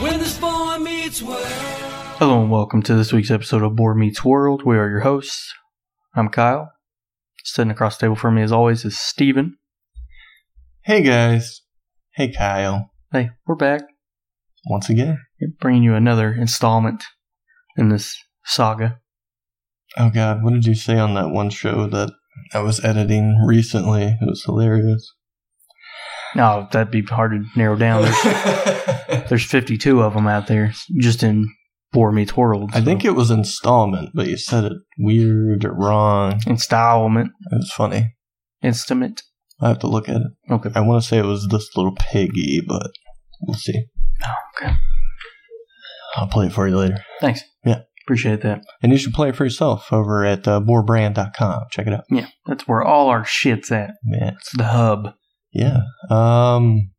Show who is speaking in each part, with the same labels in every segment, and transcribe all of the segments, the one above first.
Speaker 1: When this boy meets world.
Speaker 2: Hello and welcome to this week's episode of Board Meets World. We are your hosts. I'm Kyle. Sitting across the table from me, as always, is Steven.
Speaker 3: Hey guys. Hey Kyle.
Speaker 2: Hey, we're back,
Speaker 3: Once again.
Speaker 2: bringing you another installment in this saga.
Speaker 3: Oh god, what did you say on that one show that I was editing recently? It was hilarious.
Speaker 2: Now that'd be hard to narrow down. There's,
Speaker 3: I
Speaker 2: there's 52 of them out there just in Board Meets World.
Speaker 3: think it was installment, but you said it weird or wrong.
Speaker 2: installment,
Speaker 3: It was funny.
Speaker 2: instrument.
Speaker 3: I have to look at it.
Speaker 2: Okay,
Speaker 3: I want to say it was this little piggy, but we'll see.
Speaker 2: okay.
Speaker 3: I'll play it for you later.
Speaker 2: Thanks.
Speaker 3: Yeah.
Speaker 2: appreciate that.
Speaker 3: And you should play it for yourself over at uh, borebrand.com. Check it out.
Speaker 2: Yeah, that's where all our shit's at.
Speaker 3: Yeah.
Speaker 2: It's the hub.
Speaker 3: Yeah. Um.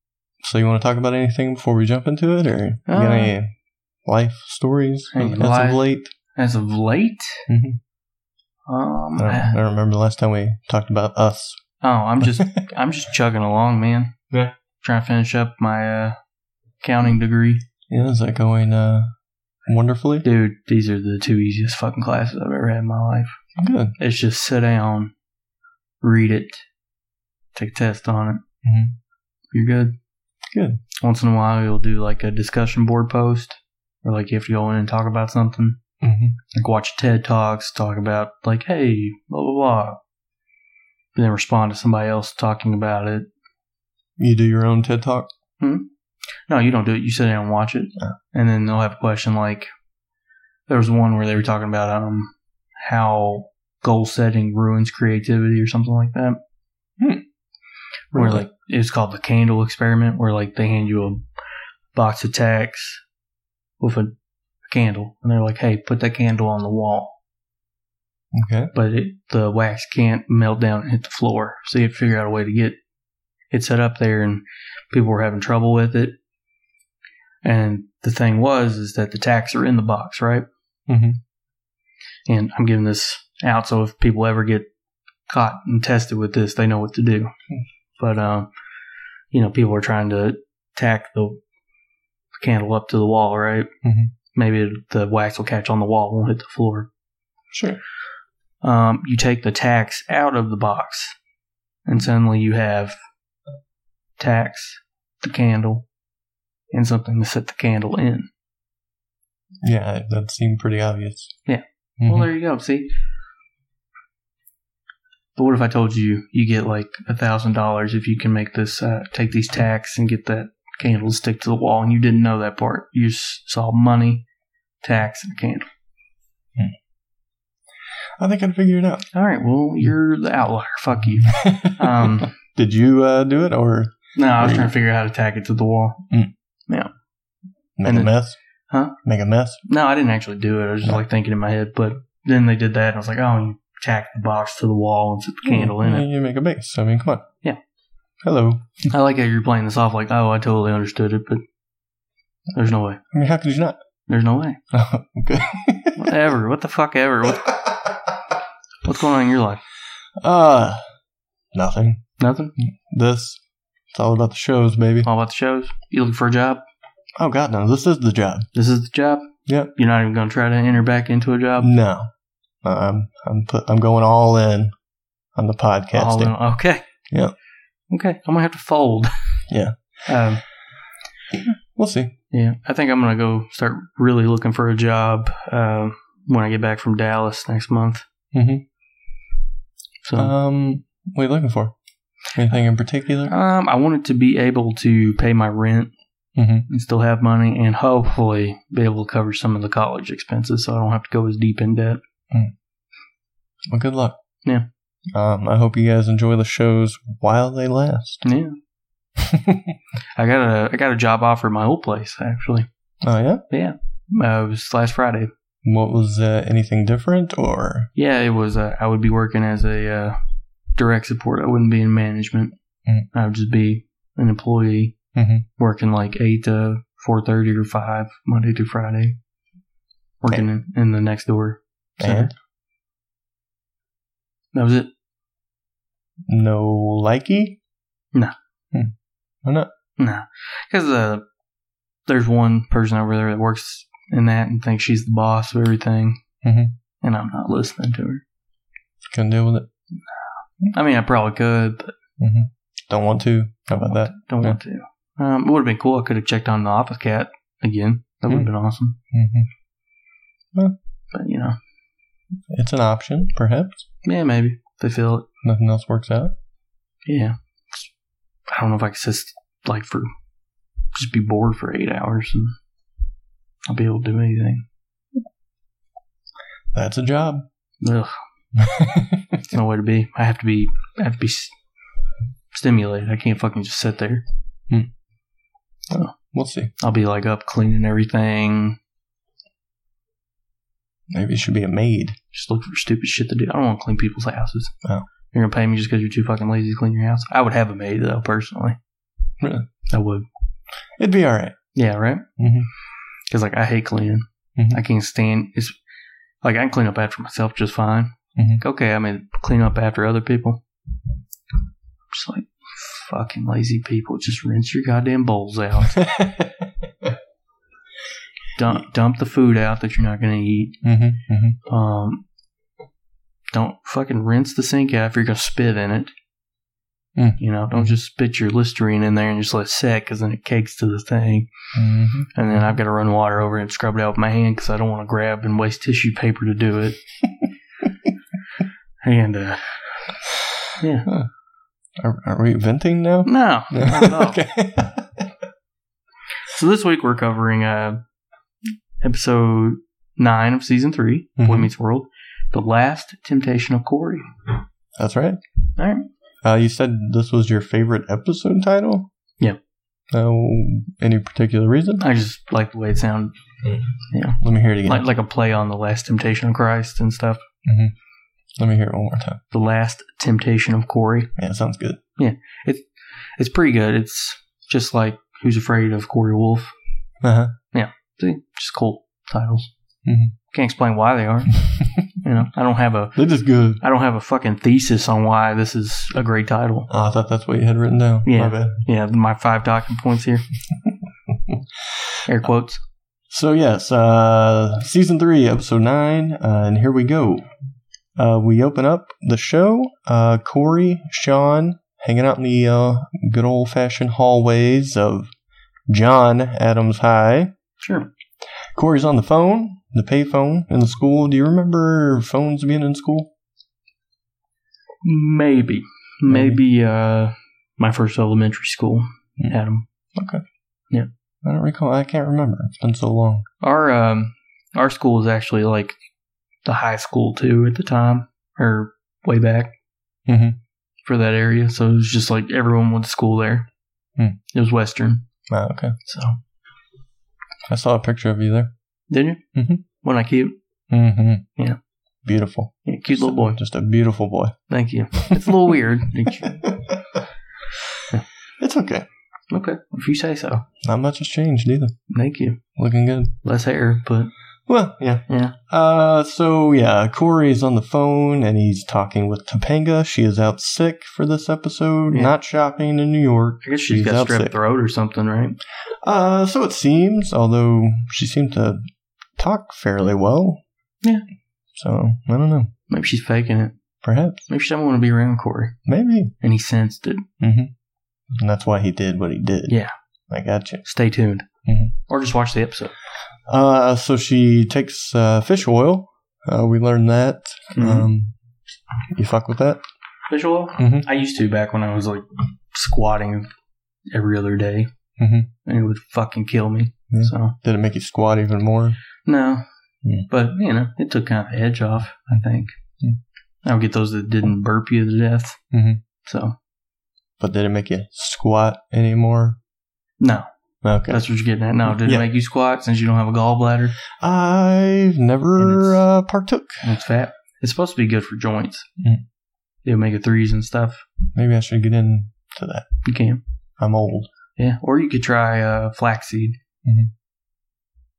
Speaker 3: So you want to talk about anything before we jump into it, or you got
Speaker 2: Uh,
Speaker 3: any life stories
Speaker 2: any
Speaker 3: as
Speaker 2: life-
Speaker 3: of late?
Speaker 2: As of late,
Speaker 3: Mhm.
Speaker 2: um,
Speaker 3: I, don't, I don't remember the last time we talked about us.
Speaker 2: Oh, I'm just I'm just chugging along, man.
Speaker 3: Yeah.
Speaker 2: Trying to finish up my uh, accounting degree.
Speaker 3: Yeah, is that going uh, wonderfully?
Speaker 2: Dude, these are the two easiest fucking classes I've ever had in my life.
Speaker 3: Good.
Speaker 2: It's just sit down, read it, take a test on it.
Speaker 3: Mhm.
Speaker 2: You're good.
Speaker 3: Good.
Speaker 2: Once in a while, you'll do like a discussion board post, or like you have to go in and talk about something.
Speaker 3: Mm-hmm.
Speaker 2: Like watch TED talks, talk about like, hey, blah blah blah, and then respond to somebody else talking about it.
Speaker 3: You do your own TED talk.
Speaker 2: No, you don't do it. You sit down and watch it,
Speaker 3: Oh.
Speaker 2: and then they'll have a question like, there was one where they were talking about um how goal setting ruins creativity or something like that.
Speaker 3: Hmm.
Speaker 2: Where
Speaker 3: Really?
Speaker 2: like it was called the candle experiment, where like they hand you a box of tacks with a candle, and they're like, hey, put that candle on the wall,
Speaker 3: Okay.
Speaker 2: but it, the wax can't melt down and hit the floor, so you have to figure out a way to get it set up there, and people were having trouble with it. And the thing was is that the tacks are in the box, right?
Speaker 3: Mhm.
Speaker 2: And I'm giving this out so if people ever get caught and tested with this, they know what to do. But um, you know, people are trying to tack the candle up to the wall, right?
Speaker 3: Mhm.
Speaker 2: Maybe the wax will catch on the wall, won't hit the floor
Speaker 3: Sure.
Speaker 2: um, you take the tax out of the box, and suddenly you have tax, the candle, and something to set the candle in.
Speaker 3: Yeah, that seemed pretty obvious.
Speaker 2: Yeah.
Speaker 3: Mhm.
Speaker 2: Well, there you go. See. But what if I told you you get like a thousand dollars if you can make this uh, take these tax and get that candle to stick to the wall, and you didn't know that part. You s- saw money, tax, and a candle.
Speaker 3: I think I'd figure it out.
Speaker 2: All right. Well, you're the outlier. Fuck you. Um.
Speaker 3: Did you uh, do it or
Speaker 2: No, I was
Speaker 3: Mm.
Speaker 2: trying to figure out how to tack it to the wall.
Speaker 3: make
Speaker 2: And
Speaker 3: a
Speaker 2: it-
Speaker 3: mess?
Speaker 2: Huh?
Speaker 3: Make a mess?
Speaker 2: No, I didn't actually do it. I was just like thinking in my head. But then they did that, and I was like, oh, you tack the box to the wall and set the candle in
Speaker 3: Yeah,
Speaker 2: it.
Speaker 3: You make a base. I mean, come on.
Speaker 2: Yeah.
Speaker 3: Hello.
Speaker 2: I like how you're playing this off like, oh, I totally understood it, but there's no way.
Speaker 3: I mean, how could you not?
Speaker 2: There's no way.
Speaker 3: okay.
Speaker 2: Whatever. what the fuck ever. What, what's going on in your life?
Speaker 3: Uh, nothing.
Speaker 2: Nothing?
Speaker 3: This, it's all about the shows, baby.
Speaker 2: All about the shows? You looking for a job?
Speaker 3: Oh, God, no, this is the job.
Speaker 2: This is the job?
Speaker 3: Yep. Mm-hmm.
Speaker 2: You're not even going to try to enter back into a job?
Speaker 3: Um, No. Uh, I'm, I'm, put, I'm going all in on the
Speaker 2: All in-
Speaker 3: podcasting.
Speaker 2: okay.
Speaker 3: Yep.
Speaker 2: Okay. I'm going to have to fold.
Speaker 3: Yeah.
Speaker 2: Um,
Speaker 3: We'll see.
Speaker 2: Yeah, I think I'm gonna go start really looking for a job um, when I get back from Dallas next month. Mm-hmm.
Speaker 3: Mhm.
Speaker 2: So,
Speaker 3: Um, what are you looking for? Anything in particular?
Speaker 2: um, I wanted to be able to pay my rent
Speaker 3: Mhm.
Speaker 2: and still have money, and hopefully be able to cover some of the college expenses, so I don't have to go as deep in debt.
Speaker 3: Well, good luck.
Speaker 2: Yeah.
Speaker 3: Um, I hope you guys enjoy the shows while they last.
Speaker 2: Yeah, I got a I got a job offer at my old place actually.
Speaker 3: Oh yeah.
Speaker 2: Yeah, uh, it was last Friday.
Speaker 3: What was uh, anything different or?
Speaker 2: Yeah, it was. Uh, I would be working as a uh, direct support. I wouldn't be in management.
Speaker 3: Mm.
Speaker 2: I would just be an employee
Speaker 3: Mhm.
Speaker 2: working like eight to four thirty or five Monday through Friday. Working in, in the next door. center.
Speaker 3: And?
Speaker 2: That was it.
Speaker 3: No likey.
Speaker 2: No.
Speaker 3: Hmm. Why not?
Speaker 2: No, because uh, there's one person over there that works in that and thinks she's the boss of everything,
Speaker 3: Mhm.
Speaker 2: and I'm not listening to her.
Speaker 3: Couldn't deal with it.
Speaker 2: I mean, I probably could, but
Speaker 3: Don't want to. How about that?
Speaker 2: don't want to. Um, it would have been cool. I could have checked on the office cat again. That would have
Speaker 3: Mm.
Speaker 2: been awesome.
Speaker 3: hmm
Speaker 2: But you know,
Speaker 3: It's an option, perhaps.
Speaker 2: yeah, maybe if they feel it.
Speaker 3: Nothing else works out.
Speaker 2: Yeah, I don't know if I could just like for just be bored for eight hours and I'll be able to do anything.
Speaker 3: That's a job.
Speaker 2: Ugh. It's no way to be. I have to be. I have to be s- stimulated. I can't fucking just sit there.
Speaker 3: we'll see.
Speaker 2: I'll be like up cleaning everything.
Speaker 3: Maybe it should be a maid.
Speaker 2: Just look for stupid shit to do. I don't want to clean people's houses.
Speaker 3: Oh.
Speaker 2: You're gonna pay me just because you're too fucking lazy to clean your house. I would have a maid though, personally.
Speaker 3: Really?
Speaker 2: I would.
Speaker 3: It'd be all right.
Speaker 2: Yeah, right.
Speaker 3: Mhm.
Speaker 2: Because like I hate cleaning.
Speaker 3: Mhm.
Speaker 2: I can't stand. It's like I can clean up after myself just fine.
Speaker 3: Mhm.
Speaker 2: Like, okay, I mean clean up after other people. Just like fucking lazy people. Just rinse your goddamn bowls out. dump dump the food out that you're not going to eat.
Speaker 3: hmm hmm
Speaker 2: Um, don't fucking rinse the sink out if you're going to spit in it.
Speaker 3: Mm.
Speaker 2: You know, don't just spit your Listerine in there and just let it set because then it cakes to the thing.
Speaker 3: hmm
Speaker 2: And then I've got to run water over it and scrub it out with my hand because I don't want to grab and waste tissue paper to do it. and uh, yeah,
Speaker 3: Are, are we venting now?
Speaker 2: no, not at all.
Speaker 3: okay.
Speaker 2: So this week we're covering uh, episode nine of season 3 Boy
Speaker 3: Mhm.
Speaker 2: Meets World, The Last Temptation of Corey.
Speaker 3: That's right.
Speaker 2: All right.
Speaker 3: Uh, you said this was your favorite episode title?
Speaker 2: Yeah.
Speaker 3: No, any particular reason?
Speaker 2: I just like the way it sounded,
Speaker 3: Let me hear it again.
Speaker 2: like like a play on The Last Temptation of Christ and stuff.
Speaker 3: Let me hear it one more time.
Speaker 2: The Last Temptation of Corey.
Speaker 3: Yeah, it sounds good.
Speaker 2: It's pretty good. It's just like Who's Afraid of Corey Wolf.
Speaker 3: Uh
Speaker 2: See, just cool titles.
Speaker 3: Mhm.
Speaker 2: Can't explain why they are.
Speaker 3: huh.
Speaker 2: You know, I don't have a
Speaker 3: this is good.
Speaker 2: I don't have a fucking thesis on why this is a great title.
Speaker 3: Oh, I thought that's what you had written down.
Speaker 2: Yeah.
Speaker 3: My bad.
Speaker 2: Yeah, my five talking points here. Air quotes.
Speaker 3: So yes, uh, season three, episode nine, uh, and here we go. Uh, we open up the show. Uh, Corey, Sean, hanging out in the uh, good old fashioned hallways of John Adams High.
Speaker 2: Sure.
Speaker 3: Corey's on the phone, the payphone in the school. Do you remember phones being in school?
Speaker 2: Maybe. Maybe, uh, my first elementary school
Speaker 3: Mm.
Speaker 2: had 'em.
Speaker 3: I don't recall. I can't remember. It's been so long.
Speaker 2: Our um, our school was actually like the high school too at the time, or way back Mm-hmm.
Speaker 3: Mhm.
Speaker 2: for that area. So it was just like everyone went to school there.
Speaker 3: Hmm.
Speaker 2: It was Western.
Speaker 3: Ah, okay.
Speaker 2: So
Speaker 3: I saw a picture of you there.
Speaker 2: didn't you?
Speaker 3: Mhm.
Speaker 2: When I cute,
Speaker 3: Mm-hmm.
Speaker 2: Yeah.
Speaker 3: Beautiful.
Speaker 2: yeah, cute little boy.
Speaker 3: Just a beautiful boy.
Speaker 2: Thank you. It's a little weird. Thank you.
Speaker 3: it's okay.
Speaker 2: Okay, if you say so.
Speaker 3: Not much has changed either.
Speaker 2: Thank you.
Speaker 3: Looking good.
Speaker 2: Less hair, but
Speaker 3: Well, yeah.
Speaker 2: Yeah.
Speaker 3: Uh, so yeah, Corey's on the phone and he's talking with Topanga. She is out sick for this episode,
Speaker 2: Yeah.
Speaker 3: not shopping in New York.
Speaker 2: I guess she's
Speaker 3: She's
Speaker 2: got
Speaker 3: out
Speaker 2: strep
Speaker 3: sick.
Speaker 2: throat or something, right?
Speaker 3: Uh, so it seems, although she seemed to talk fairly well.
Speaker 2: Yeah.
Speaker 3: So, I don't know.
Speaker 2: Maybe she's faking it.
Speaker 3: Perhaps.
Speaker 2: Maybe she doesn't want to be around Corey,
Speaker 3: Maybe. Mm-hmm.
Speaker 2: and he sensed it.
Speaker 3: And that's why he did what he did.
Speaker 2: Yeah.
Speaker 3: I got you.
Speaker 2: Stay tuned,
Speaker 3: Mhm.
Speaker 2: or just watch the episode.
Speaker 3: Uh, so she takes uh, fish oil. Uh, we learned that.
Speaker 2: Mhm.
Speaker 3: Um, you fuck with that?
Speaker 2: visual.
Speaker 3: Mhm.
Speaker 2: I used to back when I was like squatting every other day,
Speaker 3: Mhm.
Speaker 2: and it would fucking kill me.
Speaker 3: Yeah.
Speaker 2: So
Speaker 3: Did it make you squat even more?
Speaker 2: no,
Speaker 3: Yeah.
Speaker 2: but you know, it took kind of the edge off. I think
Speaker 3: Yeah. Mm-hmm.
Speaker 2: I would get those that didn't burp you to death.
Speaker 3: Mhm.
Speaker 2: So
Speaker 3: But did it make you squat anymore?
Speaker 2: No,
Speaker 3: Okay.
Speaker 2: that's what you're getting at. No, did
Speaker 3: Yeah.
Speaker 2: it make you squat since you don't have a gallbladder?
Speaker 3: I've
Speaker 2: And
Speaker 3: never
Speaker 2: it's-
Speaker 3: uh, partook.
Speaker 2: And It's fat. It's supposed to be good for joints.
Speaker 3: Mm.
Speaker 2: The omega threes and stuff.
Speaker 3: Maybe I should get into that.
Speaker 2: You can.
Speaker 3: I'm old.
Speaker 2: Yeah. Or you could try uh, flaxseed.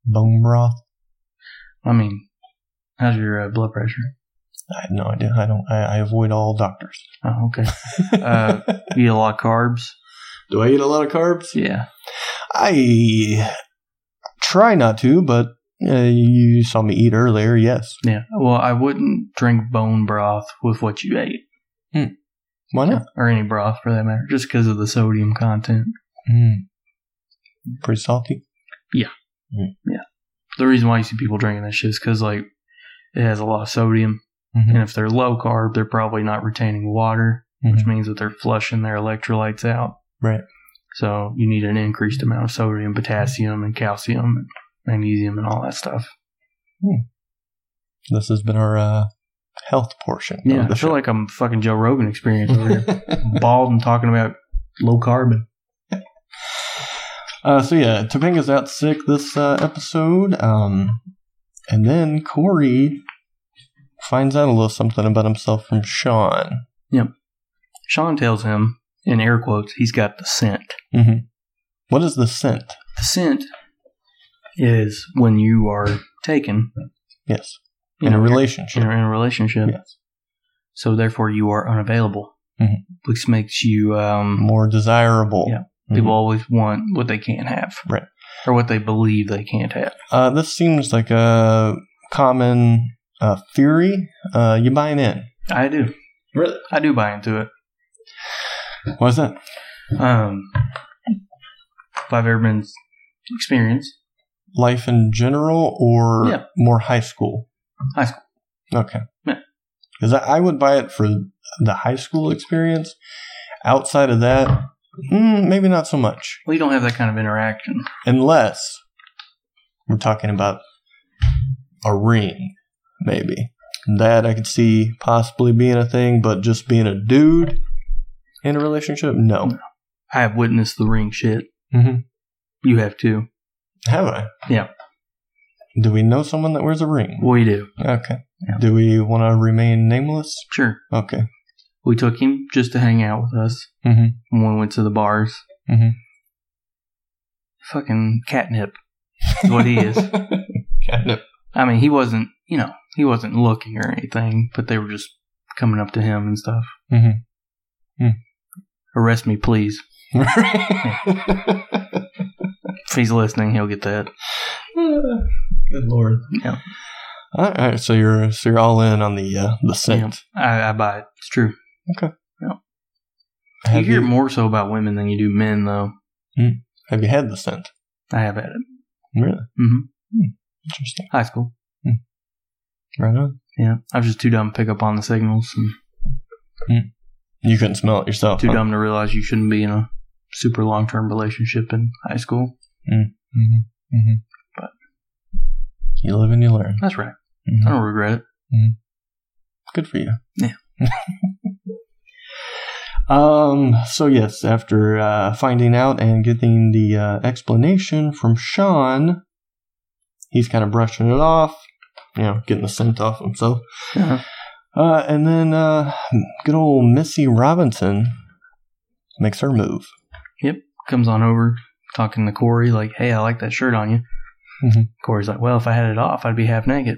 Speaker 3: Bone broth.
Speaker 2: I mean, how's your uh, blood pressure?
Speaker 3: I have no idea. I don't. I, I avoid all doctors.
Speaker 2: Oh, okay. Uh, you eat a lot of carbs.
Speaker 3: Do I eat a lot of carbs?
Speaker 2: Yeah.
Speaker 3: I try not to, but uh, you saw me eat earlier. Yes.
Speaker 2: Yeah. Well, I wouldn't drink bone broth with what you ate,
Speaker 3: Why not?
Speaker 2: or any broth for that matter, just because of the sodium content.
Speaker 3: Mm. Pretty salty.
Speaker 2: The reason why you see people drinking this shit is because like it has a lot of sodium,
Speaker 3: Mm-hmm.
Speaker 2: and if they're low carb, they're probably not retaining water, which means that they're flushing their electrolytes out.
Speaker 3: Right.
Speaker 2: So you need an increased amount of sodium, potassium, and calcium, and magnesium, and all that stuff.
Speaker 3: This has been our uh, health portion.
Speaker 2: Yeah,
Speaker 3: of
Speaker 2: I
Speaker 3: the
Speaker 2: feel
Speaker 3: show.
Speaker 2: like I'm fucking Joe Rogan experience over here, bald and talking about low carbon.
Speaker 3: Uh, so yeah, Topanga's out sick this uh, episode, um, and then Corey finds out a little something about himself from Sean.
Speaker 2: Sean tells him, in air quotes, he's got the scent.
Speaker 3: What is the scent?
Speaker 2: The scent is when you are taken
Speaker 3: Yes,
Speaker 2: you
Speaker 3: in
Speaker 2: know,
Speaker 3: a
Speaker 2: in
Speaker 3: relationship.
Speaker 2: a, in a relationship.
Speaker 3: Yes,
Speaker 2: So therefore, you are unavailable,
Speaker 3: Mhm.
Speaker 2: which makes you um,
Speaker 3: more desirable.
Speaker 2: Yeah.
Speaker 3: Mhm.
Speaker 2: people always want what they can't have,
Speaker 3: Right.
Speaker 2: Or what they believe they can't have.
Speaker 3: Uh, this seems like a common uh, theory. Uh, you buying in?
Speaker 2: I do.
Speaker 3: Really?
Speaker 2: I do buy into it.
Speaker 3: What's that?
Speaker 2: Um, if I've ever been experienced,
Speaker 3: Life in general, or
Speaker 2: Yeah.
Speaker 3: more high school?
Speaker 2: High school.
Speaker 3: Okay.
Speaker 2: Yeah.
Speaker 3: Because I, I would buy it for the high school experience. Outside of that, mm, maybe not so much,
Speaker 2: well, you don't have that kind of interaction.
Speaker 3: unless we're talking about a ring, maybe. That I could see possibly being a thing, but just being a dude in a relationship, no.
Speaker 2: I have witnessed the ring shit.
Speaker 3: Mhm.
Speaker 2: You have too.
Speaker 3: Have I?
Speaker 2: Yeah.
Speaker 3: Do we know someone that wears a ring?
Speaker 2: We do.
Speaker 3: Okay.
Speaker 2: Yeah.
Speaker 3: Do we want to remain nameless?
Speaker 2: Sure.
Speaker 3: Okay.
Speaker 2: We took him just to hang out with us
Speaker 3: Mhm.
Speaker 2: when we went to the bars.
Speaker 3: Mhm.
Speaker 2: Fucking catnip is what he is.
Speaker 3: Kind of.
Speaker 2: I mean, he wasn't, you know, he wasn't looking or anything, but they were just coming up to him and stuff.
Speaker 3: Mhm. Hmm.
Speaker 2: Arrest me, please.
Speaker 3: Good
Speaker 2: If he's listening, he'll get that.
Speaker 3: lord.
Speaker 2: Yeah.
Speaker 3: All right, all right, so you're so you're all in on the uh, the scent.
Speaker 2: I, I buy it. It's true.
Speaker 3: Have,
Speaker 2: you
Speaker 3: you,
Speaker 2: hear more so about women than you do men, though.
Speaker 3: have you had the scent?
Speaker 2: I have had it.
Speaker 3: Really?
Speaker 2: Mhm.
Speaker 3: Hmm. Interesting.
Speaker 2: High school.
Speaker 3: Right on.
Speaker 2: Yeah. I was just too dumb to pick up on the signals and
Speaker 3: You couldn't smell it yourself.
Speaker 2: too
Speaker 3: huh?
Speaker 2: dumb to realize you shouldn't be in a super long term relationship in high school.
Speaker 3: Mm-hmm. Mm-hmm.
Speaker 2: But-
Speaker 3: But you live and you learn.
Speaker 2: That's right.
Speaker 3: Mhm.
Speaker 2: I don't regret it.
Speaker 3: good for you.
Speaker 2: Yeah.
Speaker 3: um. So yes, after uh, finding out and getting the uh, explanation from Sean, he's kind of brushing it off. You know, getting the scent off himself.
Speaker 2: Yeah.
Speaker 3: Uh, and then uh, good old Missy Robinson makes her move.
Speaker 2: Comes on over, talking to Corey, like, hey, I like that shirt on you.
Speaker 3: Mhm.
Speaker 2: Corey's like, well, if I had it off, I'd be half naked.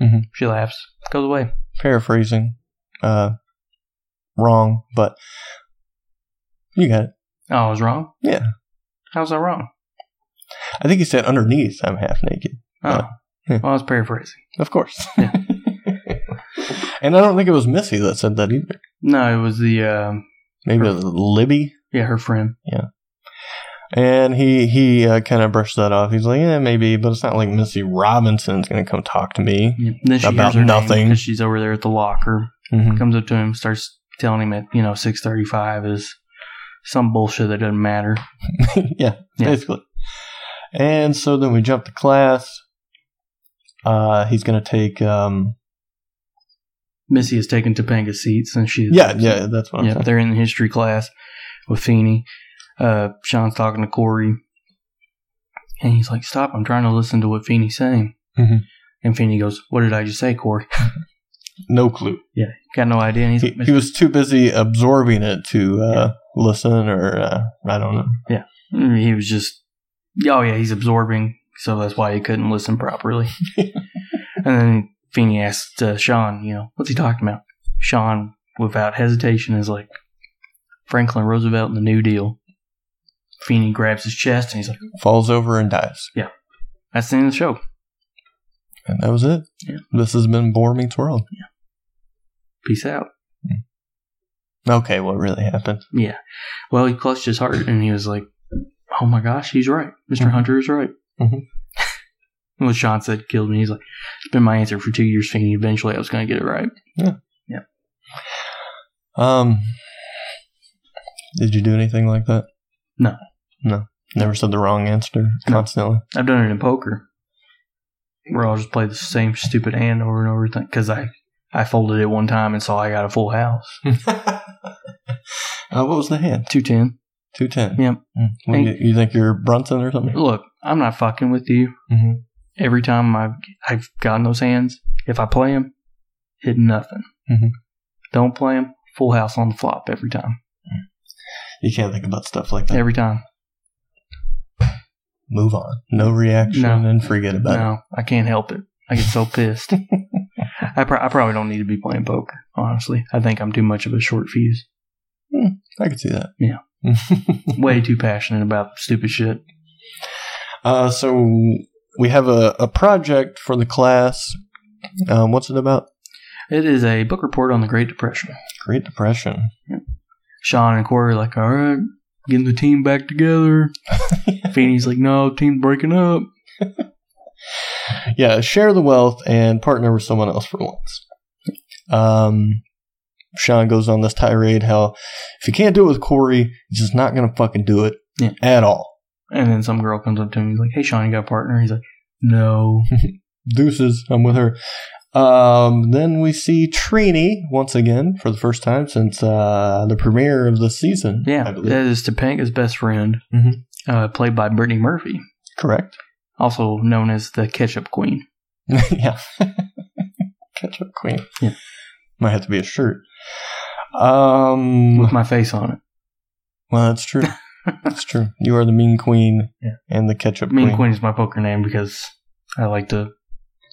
Speaker 3: Mhm.
Speaker 2: She laughs, goes away.
Speaker 3: Paraphrasing, uh, wrong, but you got it.
Speaker 2: Oh, I was wrong?
Speaker 3: Yeah.
Speaker 2: How was I wrong?
Speaker 3: I think he said underneath, I'm half naked.
Speaker 2: Oh.
Speaker 3: Uh, yeah.
Speaker 2: Well, I was paraphrasing.
Speaker 3: Of course. and I don't think it was Missy that said that either.
Speaker 2: No, it was the, um
Speaker 3: Maybe it was Libby.
Speaker 2: yeah, her friend.
Speaker 3: And he he uh, kind of brushed that off. He's like, yeah, maybe, but it's not like Missy Robinson's going to come talk to me.
Speaker 2: Yeah. Then she
Speaker 3: About
Speaker 2: hears her
Speaker 3: nothing.
Speaker 2: because she's over there at the locker.
Speaker 3: Mhm.
Speaker 2: Comes up to him, starts telling him at, you know, 635 is some bullshit that doesn't matter.
Speaker 3: yeah,
Speaker 2: Yeah.
Speaker 3: basically. And so then we jump to class. Uh, he's going to take. Um,
Speaker 2: Missy has taken Topanga's seat since she's
Speaker 3: yeah, yeah, that's what I'm
Speaker 2: Yeah,
Speaker 3: saying.
Speaker 2: they're in the history class. with Feeney. Uh, Sean's talking to Corey, and he's like, "Stop! I'm trying to listen to what Feeney's saying."
Speaker 3: Mhm.
Speaker 2: And Feeney goes, "What did I just say, Corey?
Speaker 3: No clue.
Speaker 2: Got no idea." And he's
Speaker 3: He,
Speaker 2: like,
Speaker 3: he was too busy absorbing it to uh, listen, or uh, I don't know.
Speaker 2: Mm, He was just, oh yeah, he's absorbing, so that's why he couldn't listen properly. and then Feeney asked uh, Sean, you know, what's he talking about? Sean, without hesitation, is like Franklin Roosevelt and the New Deal. Feeney grabs his chest and he's like,
Speaker 3: Falls over and dies.
Speaker 2: that's the end of the show.
Speaker 3: And that was it.
Speaker 2: Yeah.
Speaker 3: This has been Boar Meets World.
Speaker 2: Peace out.
Speaker 3: Okay, what really happened?
Speaker 2: Yeah. Well, he clutched his heart and he was like, oh my gosh, he's right. mister
Speaker 3: Mhm.
Speaker 2: Hunter is right.
Speaker 3: Mhm.
Speaker 2: well, Sean said, killed me. He's like, it's been my answer for two years, Feeney. Eventually I was going to get it right.
Speaker 3: Um, did you do anything like that?
Speaker 2: No.
Speaker 3: No. Never said the wrong answer constantly.
Speaker 2: I've done it in poker, where I'll just play the same stupid hand over and over because I I folded it one time and saw I got a full house,
Speaker 3: uh, what was the hand?
Speaker 2: two ten.
Speaker 3: Two ten.
Speaker 2: Yep.
Speaker 3: You, you think you're Brunson or something?
Speaker 2: Look, I'm not fucking with you.
Speaker 3: Mhm.
Speaker 2: Every time I've I've gotten those hands, if I play them, hit nothing.
Speaker 3: Mhm.
Speaker 2: Don't play them, full house on the flop every time.
Speaker 3: You can't think about stuff like that.
Speaker 2: Every time.
Speaker 3: Move on. No reaction
Speaker 2: No.
Speaker 3: and forget about it.
Speaker 2: no, I can't help it. I get so pissed. I, pro- I probably don't need to be playing poker. Honestly, I think I'm too much of a short fuse.
Speaker 3: I could see that.
Speaker 2: Yeah.
Speaker 3: Yeah.
Speaker 2: Way too passionate about stupid shit.
Speaker 3: uh, so we have a, a project for the class. Um, what's it about?
Speaker 2: It is a book report on the Great Depression.
Speaker 3: Great Depression.
Speaker 2: Sean and Corey are like, all right, getting the team back together. Feeney's like, no, team's breaking up.
Speaker 3: Yeah, share the wealth and partner with someone else for once. Um, Sean goes on this tirade how if you can't do it with Corey, he's just not going to fucking do it
Speaker 2: Yeah.
Speaker 3: at all.
Speaker 2: And then some girl comes up to him. He's like, hey, Sean, you got a partner? He's like, no.
Speaker 3: Deuces, I'm with her. Um, then we see Trini once again for the first time since uh, the premiere of the season.
Speaker 2: yeah,
Speaker 3: I believe.
Speaker 2: that is Topanga's best friend,
Speaker 3: Mhm.
Speaker 2: uh, played by Brittany Murphy,
Speaker 3: Correct.
Speaker 2: also known as the Ketchup Queen.
Speaker 3: yeah. Ketchup Queen.
Speaker 2: Yeah.
Speaker 3: Might have to be a shirt. Um,
Speaker 2: With my face on it.
Speaker 3: well, that's true. that's true. You are the mean queen
Speaker 2: Yeah.
Speaker 3: and the ketchup
Speaker 2: Mean
Speaker 3: queen.
Speaker 2: Queen is my poker name because I like to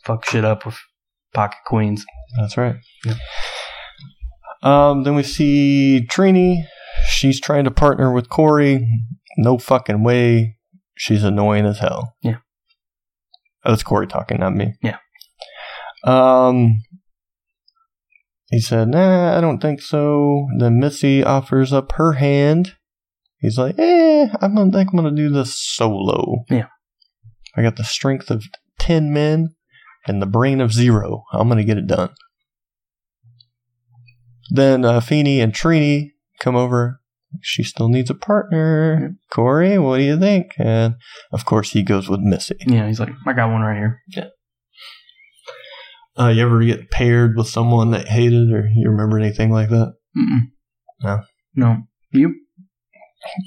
Speaker 2: fuck shit up with pocket queens.
Speaker 3: That's right.
Speaker 2: Yeah.
Speaker 3: Um, then we see Trini. She's trying to partner with Corey. No fucking way. She's annoying as hell.
Speaker 2: Yeah.
Speaker 3: Oh, that's Corey talking, not me.
Speaker 2: Yeah.
Speaker 3: Um, he said, nah, I don't think so. Then Missy offers up her hand. He's like, eh, I don't think I'm going to do this solo.
Speaker 2: Yeah.
Speaker 3: I got the strength of 10 men and the brain of zero. I'm going to get it done. Then uh, Feeney and Trini come over. She still needs a
Speaker 2: Mm-hmm.
Speaker 3: partner. Corey, what do you think? And of course, he goes with Missy.
Speaker 2: Yeah, he's like, I got one right here.
Speaker 3: Uh, you ever get paired with someone that hated, or you remember anything like that?
Speaker 2: Mm-mm.
Speaker 3: No.
Speaker 2: No. You?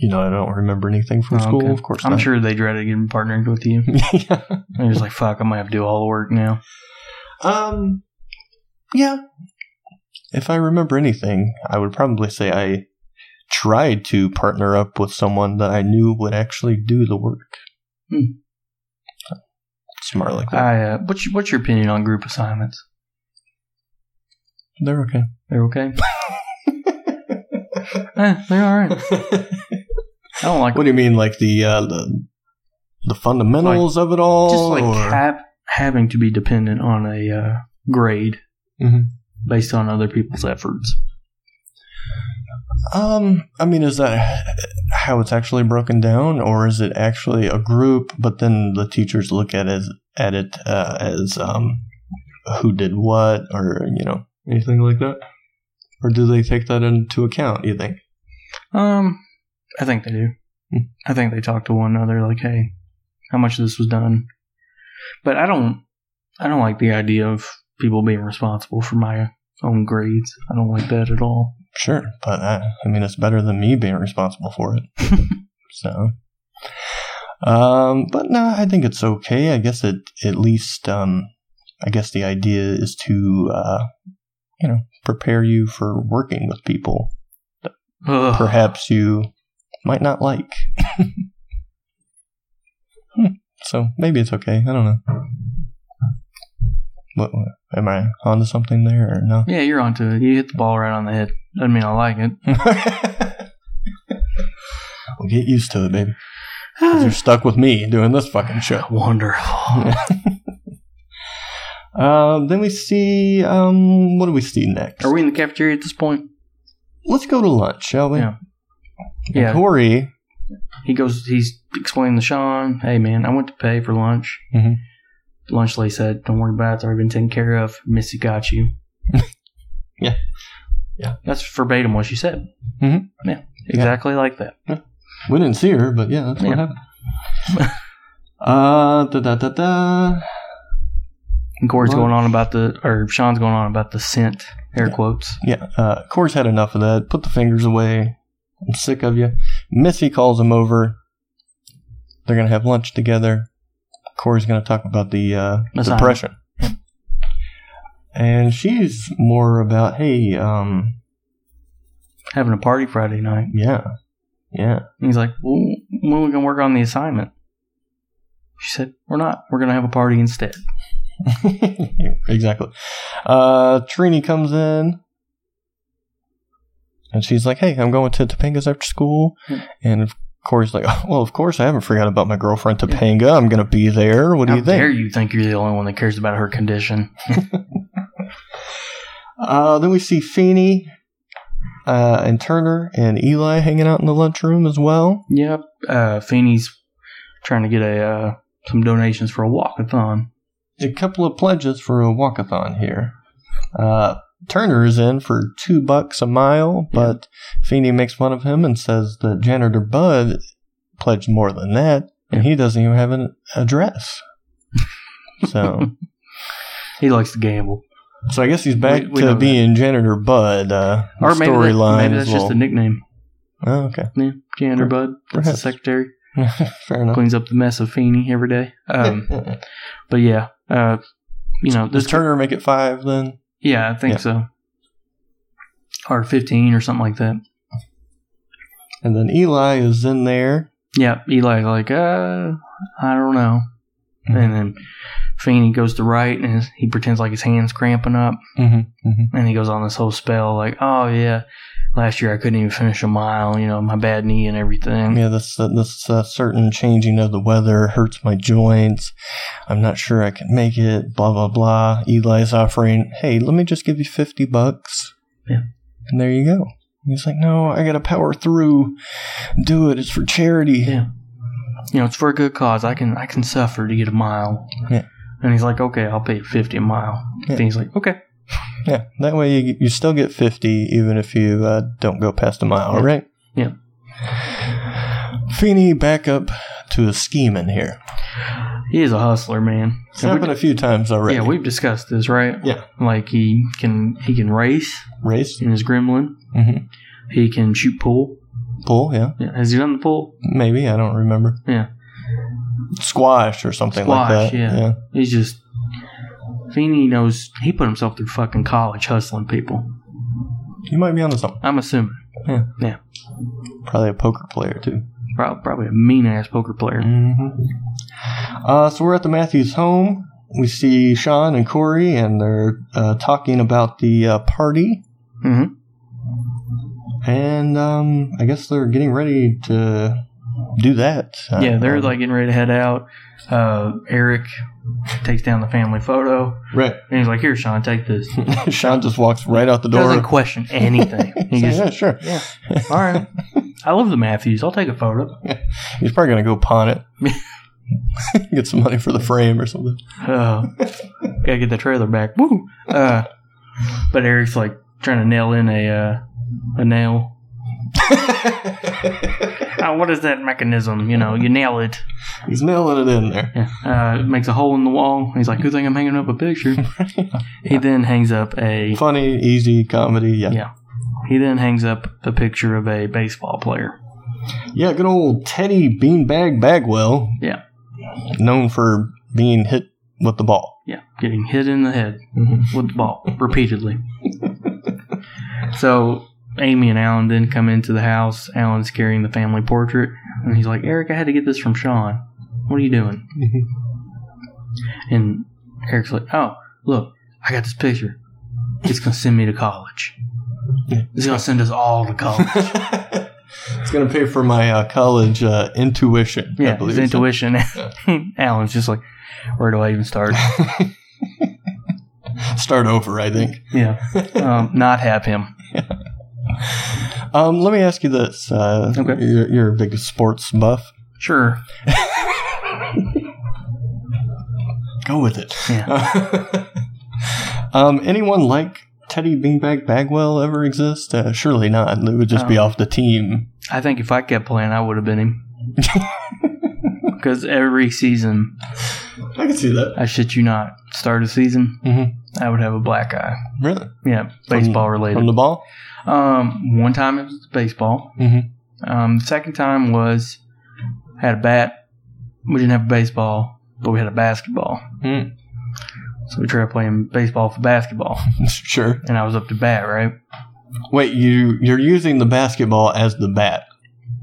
Speaker 3: You know, I don't remember anything from
Speaker 2: Oh,
Speaker 3: school.
Speaker 2: okay.
Speaker 3: Of course,
Speaker 2: I'm
Speaker 3: not.
Speaker 2: sure they dreaded getting partnered with you.
Speaker 3: yeah.
Speaker 2: They're just like, fuck, I might have to do all the work now.
Speaker 3: Um, yeah. If I remember anything, I would probably say I tried to partner up with someone that I knew would actually do the work.
Speaker 2: Hmm.
Speaker 3: Smart like that.
Speaker 2: I, uh, what's, your, what's your opinion on group assignments?
Speaker 3: They're okay.
Speaker 2: They're okay? eh, they're all right. I don't like
Speaker 3: What do you mean, like the uh, the, the fundamentals of it all?
Speaker 2: Just like
Speaker 3: or-
Speaker 2: ha- having to be dependent on a uh, grade
Speaker 3: Mhm.
Speaker 2: based on other people's efforts.
Speaker 3: Um, I mean, is that how it's actually broken down, or is it actually a group? But then the teachers look at it at it uh, as um, who did what, or you know, anything like that. Or do they take that into account? You think?
Speaker 2: Um, I think they do.
Speaker 3: Hmm.
Speaker 2: I think they talk to one another like, "Hey, how much of this was done?" But I don't. I don't like the idea of people being responsible for my own grades. I don't like that at all.
Speaker 3: Sure, but I, I mean, it's better than me being responsible for it. so, um, but no, I think it's okay. I guess it at least, um, I guess the idea is to, uh, you know, prepare you for working with people
Speaker 2: Ugh.
Speaker 3: perhaps you might not like. Hmm, so maybe it's okay. I don't know. What, what- am I onto something there or no?
Speaker 2: Yeah, you're onto it. You hit the ball right on the head. Doesn't mean I like it.
Speaker 3: well, get used to it, baby. 'Cause You're stuck with me doing this fucking show.
Speaker 2: Wonderful.
Speaker 3: Um, then we see. Um, what do we see next?
Speaker 2: Are we in the cafeteria at this point?
Speaker 3: Let's go to lunch, shall we?
Speaker 2: Yeah. Yeah.
Speaker 3: Corey.
Speaker 2: He goes. He's explaining to Sean, "Hey, man, I went to pay for lunch."
Speaker 3: Mhm.
Speaker 2: Lunch lady said, "Don't worry about it. It's already been taken care of. Missy got you."
Speaker 3: Yeah. Yeah.
Speaker 2: That's verbatim what she said.
Speaker 3: Mhm.
Speaker 2: Yeah. Exactly like that.
Speaker 3: We didn't see her, but yeah, that's what
Speaker 2: Yeah.
Speaker 3: happened. uh, da da da da.
Speaker 2: And Corey's
Speaker 3: Lunch.
Speaker 2: going on about the, or Sean's going on about the scent. Air quotes.
Speaker 3: Yeah, uh, Corey's had enough of that. Put the fingers away. I'm sick of you. Missy calls him over. They're gonna have lunch together. Corey's gonna talk about the uh,
Speaker 2: Lasagna.
Speaker 3: depression, and she's more about, hey, um,
Speaker 2: Having a party Friday night.
Speaker 3: yeah, yeah,
Speaker 2: And he's like, well, when are we going to work on the assignment? She said, we're not. We're going to have a party instead.
Speaker 3: exactly. Uh, Trini comes in. And she's like, hey, I'm going to Topanga's after school.
Speaker 2: Yeah.
Speaker 3: And of Corey's like, oh, well, of course, I haven't forgotten about my girlfriend Topanga. I'm going to be there. What do
Speaker 2: How
Speaker 3: you think?
Speaker 2: dare you think you're the only one that cares about her condition?
Speaker 3: Uh, then we see Feeney uh, and Turner and Eli hanging out in the lunchroom as well.
Speaker 2: Yep. Uh, Feeney's trying to get a uh, some donations for a walkathon.
Speaker 3: A couple of pledges for a walkathon here. Uh, Turner is in for two bucks a mile, but Feeney makes fun of him and says that janitor Bud pledged more than that, and he doesn't even have an address. So,
Speaker 2: He likes to gamble.
Speaker 3: so I guess he's back
Speaker 2: We- we know
Speaker 3: to
Speaker 2: that.
Speaker 3: being janitor Bud. Uh,
Speaker 2: Or maybe, that-
Speaker 3: storyline.
Speaker 2: maybe
Speaker 3: is
Speaker 2: that's
Speaker 3: a
Speaker 2: just the
Speaker 3: little-
Speaker 2: nickname.
Speaker 3: Oh, okay,
Speaker 2: Yeah, Janitor Bud. That's the
Speaker 3: Perhaps.
Speaker 2: secretary.
Speaker 3: fair enough.
Speaker 2: Cleans up the mess of Feeney every day. Um, but yeah, uh, you know,
Speaker 3: Does
Speaker 2: this
Speaker 3: Turner make it five then?
Speaker 2: Yeah, I think
Speaker 3: Yeah.
Speaker 2: so. Or 15 or something like that.
Speaker 3: And then Eli is in there.
Speaker 2: Yeah, Eli like, uh, I don't know.
Speaker 3: Mm-hmm.
Speaker 2: And then Feeney goes to right and his, he pretends like his hand's cramping up.
Speaker 3: Mm-hmm. Mm-hmm.
Speaker 2: And he goes on this whole spell like, oh, yeah, last year I couldn't even finish a mile, you know, my bad knee and everything.
Speaker 3: Yeah, this uh, this uh, certain changing of the weather hurts my joints. I'm not sure I can make it. Blah blah blah. Eli's offering, hey, let me just give you fifty bucks.
Speaker 2: Yeah.
Speaker 3: And there you go. And He's like, no, I gotta power through. Do it. It's for charity.
Speaker 2: Yeah. You know, it's for a good cause. I can I can suffer to get a mile.
Speaker 3: Yeah.
Speaker 2: And he's like, okay, I'll pay you 50 a mile.
Speaker 3: Yeah.
Speaker 2: Feeney's like, okay.
Speaker 3: Yeah, That way you you still get fifty even if you uh, don't go past a mile,
Speaker 2: Yeah.
Speaker 3: right?
Speaker 2: Yeah.
Speaker 3: Feeney back up to a scheming here.
Speaker 2: He is a hustler, man.
Speaker 3: It's
Speaker 2: And we-
Speaker 3: happened a few times already.
Speaker 2: Yeah, we've discussed this, right?
Speaker 3: Yeah.
Speaker 2: Like he can he can race
Speaker 3: race.
Speaker 2: in his gremlin.
Speaker 3: Mm-hmm.
Speaker 2: He can shoot pool.
Speaker 3: Pool, yeah.
Speaker 2: Yeah, Has he done the pool?
Speaker 3: Maybe, I don't remember.
Speaker 2: Yeah.
Speaker 3: Squash or something like
Speaker 2: Squash,
Speaker 3: that.
Speaker 2: yeah. He's just Feeney knows he put himself through fucking college hustling people.
Speaker 3: You might be onto something.
Speaker 2: I'm assuming.
Speaker 3: Probably a poker player, too.
Speaker 2: Probably, probably a mean ass poker player.
Speaker 3: Mm-hmm. Uh, so we're at the Matthews home. We see Sean and Corey, and they're uh, talking about the uh, party.
Speaker 2: Mm-hmm.
Speaker 3: And um, I guess they're getting ready to do that. I
Speaker 2: Yeah,
Speaker 3: don't
Speaker 2: they're
Speaker 3: know.
Speaker 2: like getting ready to head out. Uh, Eric takes down the family photo
Speaker 3: Right.
Speaker 2: and he's like, Here, Sean, take this.
Speaker 3: Sean just walks right out the door.
Speaker 2: Doesn't question anything. He
Speaker 3: Say,
Speaker 2: just,
Speaker 3: yeah, sure.
Speaker 2: yeah, all right. I love the Matthews. I'll take a photo.
Speaker 3: He's probably going to go pawn it. Get some money for the frame or something.
Speaker 2: Uh, gotta get the trailer back. Woo! Uh, but Eric's like trying to nail in a uh, a nail. Oh, what is that mechanism? You know, you nail it.
Speaker 3: He's nailing it in there.
Speaker 2: Yeah. Uh, makes a hole in the wall. He's like, good thing I'm hanging up a picture. He then hangs up a
Speaker 3: Funny, easy comedy. Yeah.
Speaker 2: yeah. He then hangs up a picture of a baseball player.
Speaker 3: Yeah, good old Teddy Beanbag Bagwell.
Speaker 2: Yeah.
Speaker 3: Known for being hit with the ball.
Speaker 2: Yeah, getting hit in the head with the ball repeatedly. so Amy and Alan then come into the house. Alan's carrying the family portrait, and he's like, "Eric, I had to get this from Sean. What are you doing?" And Eric's like, "Oh, look, I got this picture. It's gonna send me to college. It's gonna send us all to college."
Speaker 3: it's going to pay for my uh, college uh, intuition. I
Speaker 2: Yeah,
Speaker 3: believe
Speaker 2: his intuition.
Speaker 3: Yeah.
Speaker 2: Alan's just like, "Where do I even start?"
Speaker 3: Start over, I think.
Speaker 2: yeah, um, not have him.
Speaker 3: Um, let me ask you this. Uh,
Speaker 2: Okay.
Speaker 3: you're, you're a big sports buff.
Speaker 2: Sure.
Speaker 3: Go with it.
Speaker 2: Yeah.
Speaker 3: um, anyone like Teddy Beanbag Bagwell ever exist? Uh, surely not. They would just be
Speaker 2: Um,
Speaker 3: off the team.
Speaker 2: I think if I kept playing, I would have been him. Because every season,
Speaker 3: I can see that.
Speaker 2: I shit you not, start of season,
Speaker 3: Mhm.
Speaker 2: I would have a black eye.
Speaker 3: Really?
Speaker 2: Yeah, baseball related.
Speaker 3: From the ball?
Speaker 2: um, one time it was baseball.
Speaker 3: Mhm.
Speaker 2: Um, the second time was I had a bat. We didn't have a baseball, but we had a basketball.
Speaker 3: Mm.
Speaker 2: So we tried playing baseball for basketball,
Speaker 3: Sure.
Speaker 2: and I was up to bat. Right,
Speaker 3: Wait, you you're using the basketball as the bat.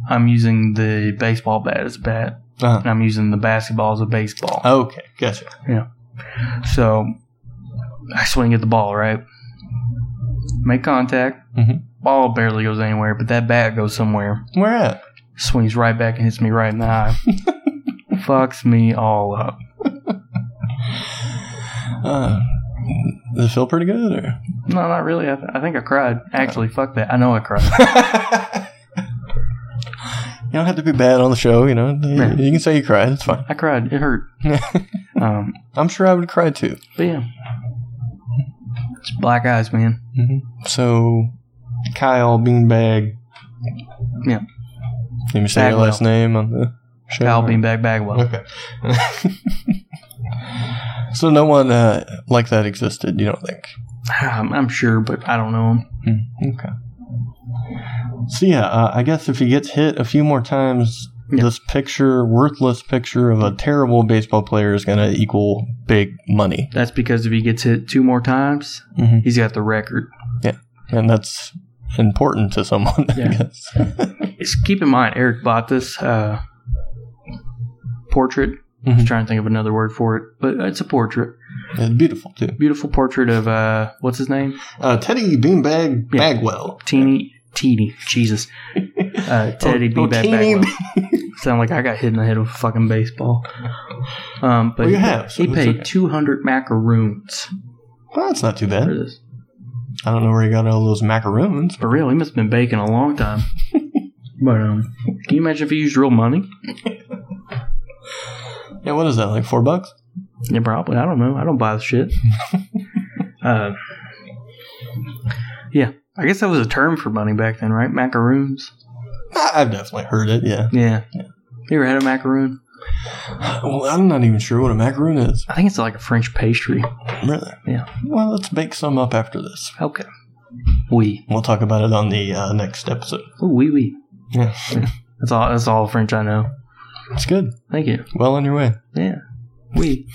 Speaker 2: I'm using the baseball bat as a bat,
Speaker 3: Uh-huh.
Speaker 2: and I'm using the basketball as a baseball.
Speaker 3: Okay, gotcha.
Speaker 2: So I swing at the ball, right? Make contact.
Speaker 3: Mhm.
Speaker 2: Ball barely goes anywhere, but that bat goes somewhere.
Speaker 3: Where at?
Speaker 2: Swings right back and hits me right in the eye. Fucks me all up.
Speaker 3: Uh, does it feel pretty good? Or?
Speaker 2: No, not really. I, th- I think I cried. Actually, fuck that. I know I cried.
Speaker 3: you don't have to be bad on the show, you know. You,
Speaker 2: Yeah.
Speaker 3: you can say you cried. It's fine.
Speaker 2: I cried. It hurt. um,
Speaker 3: I'm sure I would cry too.
Speaker 2: but yeah. It's black eyes, man. Mm-hmm.
Speaker 3: So, Kyle Beanbag.
Speaker 2: Yeah.
Speaker 3: Let me say your
Speaker 2: Bagwell.
Speaker 3: last name on the show.
Speaker 2: Kyle Beanbag Bagwell.
Speaker 3: Okay. so no one uh, like that existed. You don't think?
Speaker 2: I'm, I'm sure, but I don't know him.
Speaker 3: Okay. So yeah, uh, I guess if he gets hit a few more times,
Speaker 2: Yeah.
Speaker 3: this picture, worthless picture of a terrible baseball player, is going to equal big money,
Speaker 2: That's because if he gets hit two more times,
Speaker 3: Mhm.
Speaker 2: he's got the record.
Speaker 3: and that's important to someone. I
Speaker 2: Yeah.
Speaker 3: guess.
Speaker 2: It's, keep in mind, Eric bought this uh, portrait. I was
Speaker 3: Mhm.
Speaker 2: trying to think of another word for it, but it's a portrait.
Speaker 3: It's beautiful too.
Speaker 2: Beautiful portrait of uh, what's his name?
Speaker 3: Uh, Teddy Beanbag
Speaker 2: Yeah.
Speaker 3: Bagwell.
Speaker 2: Teeny, teeny, Jesus, uh, Teddy
Speaker 3: Oh, oh,
Speaker 2: B. Bad
Speaker 3: Teeny
Speaker 2: Bagwell. Sound like I got hit in the head with a fucking baseball. Um, but
Speaker 3: Well, you
Speaker 2: he-
Speaker 3: have, so
Speaker 2: he
Speaker 3: it's
Speaker 2: paid
Speaker 3: okay.
Speaker 2: two hundred macaroons
Speaker 3: Well, that's not too
Speaker 2: for
Speaker 3: bad.
Speaker 2: this.
Speaker 3: I don't know where he got all those macaroons.
Speaker 2: For real, he must have been baking a long time. but um, can you imagine if he used real money?
Speaker 3: Yeah, what is that? Like four bucks?
Speaker 2: Yeah, probably. I don't know. I don't buy the shit. uh, yeah, I guess that was a term for money back then, right? Macaroons.
Speaker 3: I- I've definitely heard it. Yeah.
Speaker 2: Yeah. You ever had a macaroon?
Speaker 3: Well, I'm not even sure what a macaroon is.
Speaker 2: I think it's like a French pastry.
Speaker 3: Really?
Speaker 2: Yeah.
Speaker 3: Well, let's bake some up after this.
Speaker 2: Okay. Oui.
Speaker 3: We'll talk about it on the uh, next episode.
Speaker 2: Ooh, oui, oui.
Speaker 3: Yeah,
Speaker 2: That's all. That's all French I know.
Speaker 3: it's good.
Speaker 2: Thank you.
Speaker 3: Well on your way.
Speaker 2: Yeah. Oui.